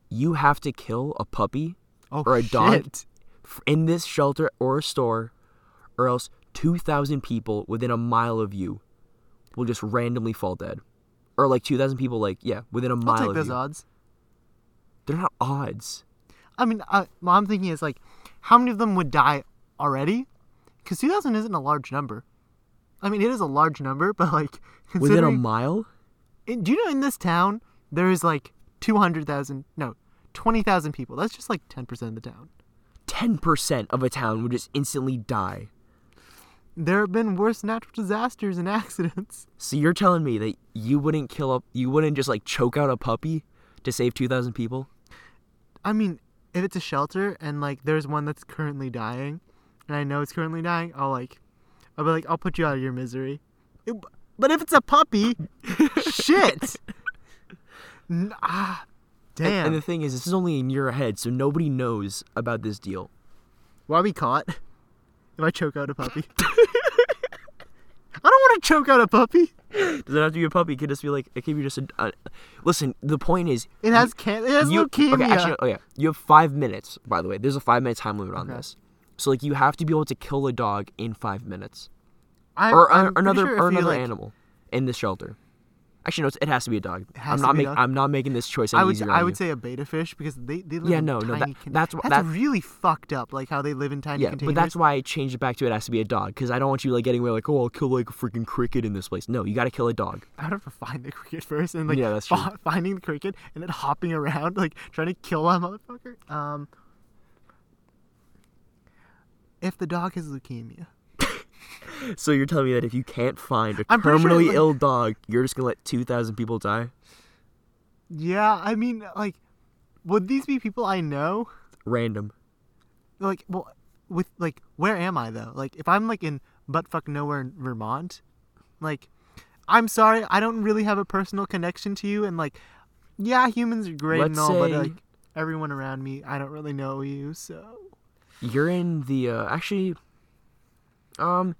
S2: you have to kill a puppy
S1: oh
S2: or a dog
S1: shit.
S2: f- in this shelter or store, or else 2,000 people within a mile of you will just randomly fall dead. Or like 2,000 people, like, yeah, within a
S1: I'll
S2: mile
S1: take
S2: of
S1: those
S2: you.
S1: odds.
S2: They're not odds.
S1: I mean, I, what I'm thinking is like, how many of them would die already? Because 2,000 isn't a large number. I mean, it is a large number, but like,
S2: (laughs) Within a
S1: considering,
S2: mile?
S1: in- do you know in this town there is like 200,000, no, 20,000 people. That's just like 10% of the town.
S2: 10% of a town would just instantly die.
S1: There have been worse natural disasters and (laughs) accidents.
S2: So you're telling me that you wouldn't kill a, you wouldn't just like choke out a puppy to save 2,000 people?
S1: I mean, if it's a shelter and like there's one that's currently dying, and I know it's currently dying, I'll like, I'll be like, I'll put you out of your misery. It- but if it's a
S2: (laughs)
S1: puppy, shit. N- ah,
S2: And-
S1: damn.
S2: and the thing is, this is only in your head, so nobody knows about this deal.
S1: Why we caught? If I choke out a puppy, I don't want to choke out a puppy.
S2: Does it have to be a puppy? It could just be like, it could be just a. Uh, listen, the point is,
S1: It has can. It has
S2: you,
S1: leukemia.
S2: Okay, actually, oh yeah, you have five minutes. By the way, there's a five minute time limit on
S1: Okay.
S2: this. So like, you have to be able to kill a dog in five minutes,
S1: I,
S2: or,
S1: I'm
S2: or
S1: pretty
S2: another
S1: sure if
S2: or
S1: you,
S2: another
S1: like-
S2: animal in the shelter. Actually, no, it's, it has to be a dog.
S1: has
S2: I'm
S1: to
S2: not
S1: be a
S2: making
S1: dog.
S2: I'm not making this choice any
S1: I would
S2: easier.
S1: I
S2: on
S1: would
S2: you.
S1: say a beta fish because they, they live
S2: Yeah,
S1: in
S2: no, no,
S1: tiny
S2: that-
S1: con-
S2: that's wh-
S1: that's
S2: that-
S1: really fucked up like how they live in tiny
S2: yeah,
S1: containers.
S2: but that's why I changed it back to it has to be a dog because I don't want you like getting away like oh I'll kill like a freaking cricket in this place. No, you got to kill a dog.
S1: I'd have to find the cricket first and like
S2: Yeah, that's true.
S1: fi- finding the cricket and then hopping around (laughs) like trying to kill that motherfucker. Um, if the dog has leukemia,
S2: So you're telling me that if you can't find a
S1: I'm pretty sure,
S2: terminally
S1: like-
S2: ill dog, you're just gonna let two thousand people die?
S1: Yeah, I mean, like, would these be people I know?
S2: Random.
S1: Like, well, with like, where am I though? Like, if I'm like in buttfuck nowhere in Vermont, like, I'm sorry, I don't really have a personal connection to you, and like, yeah, humans are great and
S2: Let's
S1: all, but
S2: say-
S1: like, everyone around me, I don't really know you, so
S2: You're in the uh, actually. Um,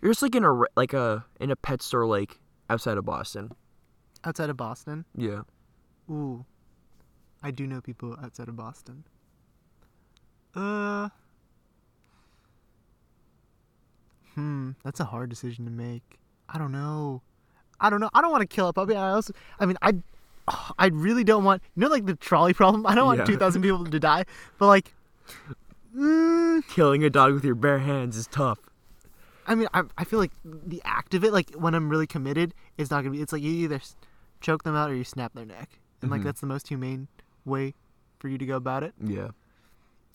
S2: you're just like in a re- like a in a pet store like outside of Boston.
S1: outside of Boston, (laughs)
S2: Yeah.
S1: ooh, I do know people outside of Boston. Uh. Hmm, that's a hard decision to make. I don't know. I don't know. I don't want to kill a puppy. I also, I mean, (sighs) I, oh, I really don't want. You know, like the trolley (laughs) problem. I don't want
S2: Yeah.
S1: two thousand people to die. But like, mm,
S2: Killing a dog with your bare hands is tough.
S1: I mean, I, I feel like the act of it, like when I'm really committed, it's not gonna be. It's like you either s- choke them out or you snap their neck, and like
S2: Mhm.
S1: that's the most humane way for you to go about it.
S2: Yeah.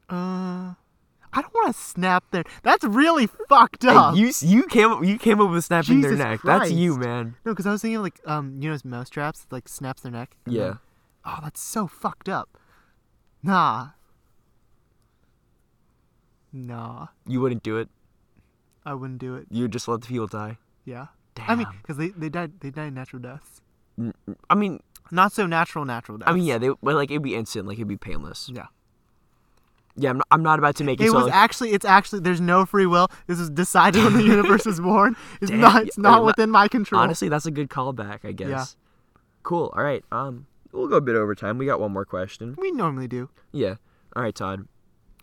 S1: Uh, I don't want to snap their. That's really fucked
S2: Hey,
S1: up.
S2: you s- you came up you came up with snapping
S1: Jesus
S2: their neck. That's you, man.
S1: No, because I was thinking of like um, you know, those mousetraps that, like snaps their neck. and
S2: Yeah.
S1: then- oh, that's so fucked up. Nah. Nah,
S2: You wouldn't do it.
S1: I wouldn't do it.
S2: You would just let the people die.
S1: Yeah. I mean,
S2: Damn.
S1: because they they died they died natural deaths.
S2: I mean,
S1: Not so natural, natural deaths.
S2: I mean, yeah. They but like it'd be instant. Like it'd be painless.
S1: Yeah.
S2: Yeah. I'm not, I'm not about to make it.
S1: It
S2: so
S1: was
S2: like,
S1: actually it's actually there's no free will. This was decided
S2: (laughs)
S1: when the universe was born. It's
S2: Damn,
S1: not it's
S2: yeah,
S1: not
S2: la-
S1: within my control.
S2: Honestly, that's a good callback, I guess. Cool. All right. Um, we'll go a bit over time. We got one more question.
S1: we normally do.
S2: Yeah. All right, Todd.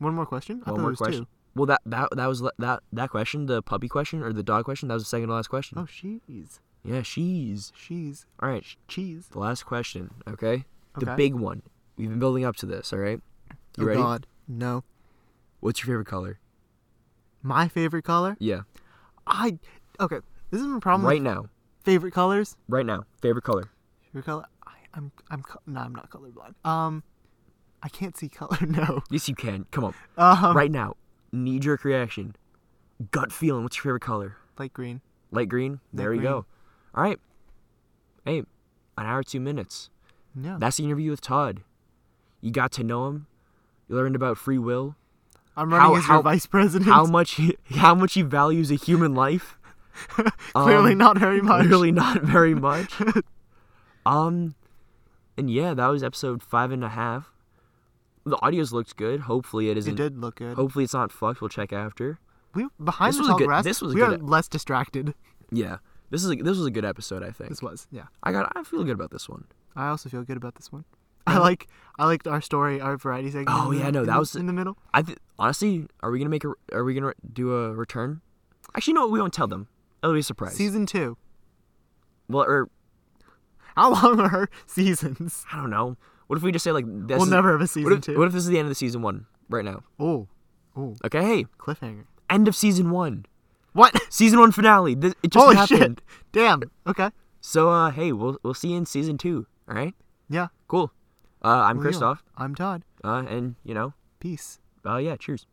S1: One more question? I
S2: One
S1: thought
S2: more
S1: it was
S2: question.
S1: two.
S2: Well, that that that was le- that that question, the puppy question or the dog question. That was the second to last question.
S1: Oh she's
S2: Yeah, she's.
S1: she's
S2: All right.
S1: cheese.
S2: The last question. Okay. The
S1: Okay.
S2: big one. We've been building up to this. All right.
S1: oh
S2: You ready?
S1: god. No.
S2: What's your favorite color?
S1: My favorite color?
S2: Yeah.
S1: I okay. This is my problem
S2: right
S1: with
S2: now.
S1: favorite colors.
S2: Right now. Favorite color.
S1: Favorite color? I, I'm I'm co- no, I'm not colorblind. Um I can't see color, (laughs) no.
S2: Yes, you can. Come on.
S1: Um
S2: right now. Knee jerk reaction. Gut feeling. What's your favorite color?
S1: light green.
S2: Light green. There we
S1: green.
S2: go. All right. Hey, an hour, two minutes.
S1: Yeah.
S2: That's the interview with Todd. You got to know him. You learned about
S1: (laughs)
S2: free will.
S1: I'm
S2: how-
S1: running as your
S2: how-
S1: vice president.
S2: How much he, how much he values a human life.
S1: (laughs) Clearly
S2: um,
S1: not very much.
S2: Really
S1: (laughs)
S2: not very much. um, and yeah, that was episode five and a half. The audio's looked good. Hopefully it isn't.
S1: It did look good.
S2: Hopefully it's not fucked. We'll check after.
S1: We behind
S2: This
S1: the
S2: was a
S1: tall
S2: good-
S1: grass.
S2: this was a
S1: we
S2: good
S1: are
S2: e-
S1: less
S2: (laughs)
S1: distracted.
S2: Yeah. This is a, this was a good episode. I think.
S1: This was yeah.
S2: I got. I feel good about this one.
S1: I also feel good about this one. I like I liked our story, our variety segment.
S2: Um, Oh,
S1: in the-
S2: yeah, no,
S1: in
S2: that
S1: the-
S2: was-
S1: in the middle.
S2: I th- honestly, are we gonna make a? Are we gonna do a return? Actually, no. We won't tell them. It'll be a surprise.
S1: Season two.
S2: well, or
S1: How long are her seasons?
S2: I don't know. What if we just say like this?
S1: we'll
S2: is-
S1: never have a
S2: What
S1: season
S2: if,
S1: two.
S2: what if this is the end of the season one right now?
S1: oh, oh,
S2: Okay, hey,
S1: cliffhanger.
S2: end of season one, (laughs)
S1: What?
S2: season one finale. This, it just
S1: Holy
S2: happened.
S1: shit! Damn. Okay.
S2: So uh, hey, we'll we'll see you in season two. All right,
S1: Yeah.
S2: cool. Uh, I'm
S1: Well, yeah.
S2: Christoph,
S1: I'm Todd.
S2: uh, and you know,
S1: Peace.
S2: uh, yeah, cheers.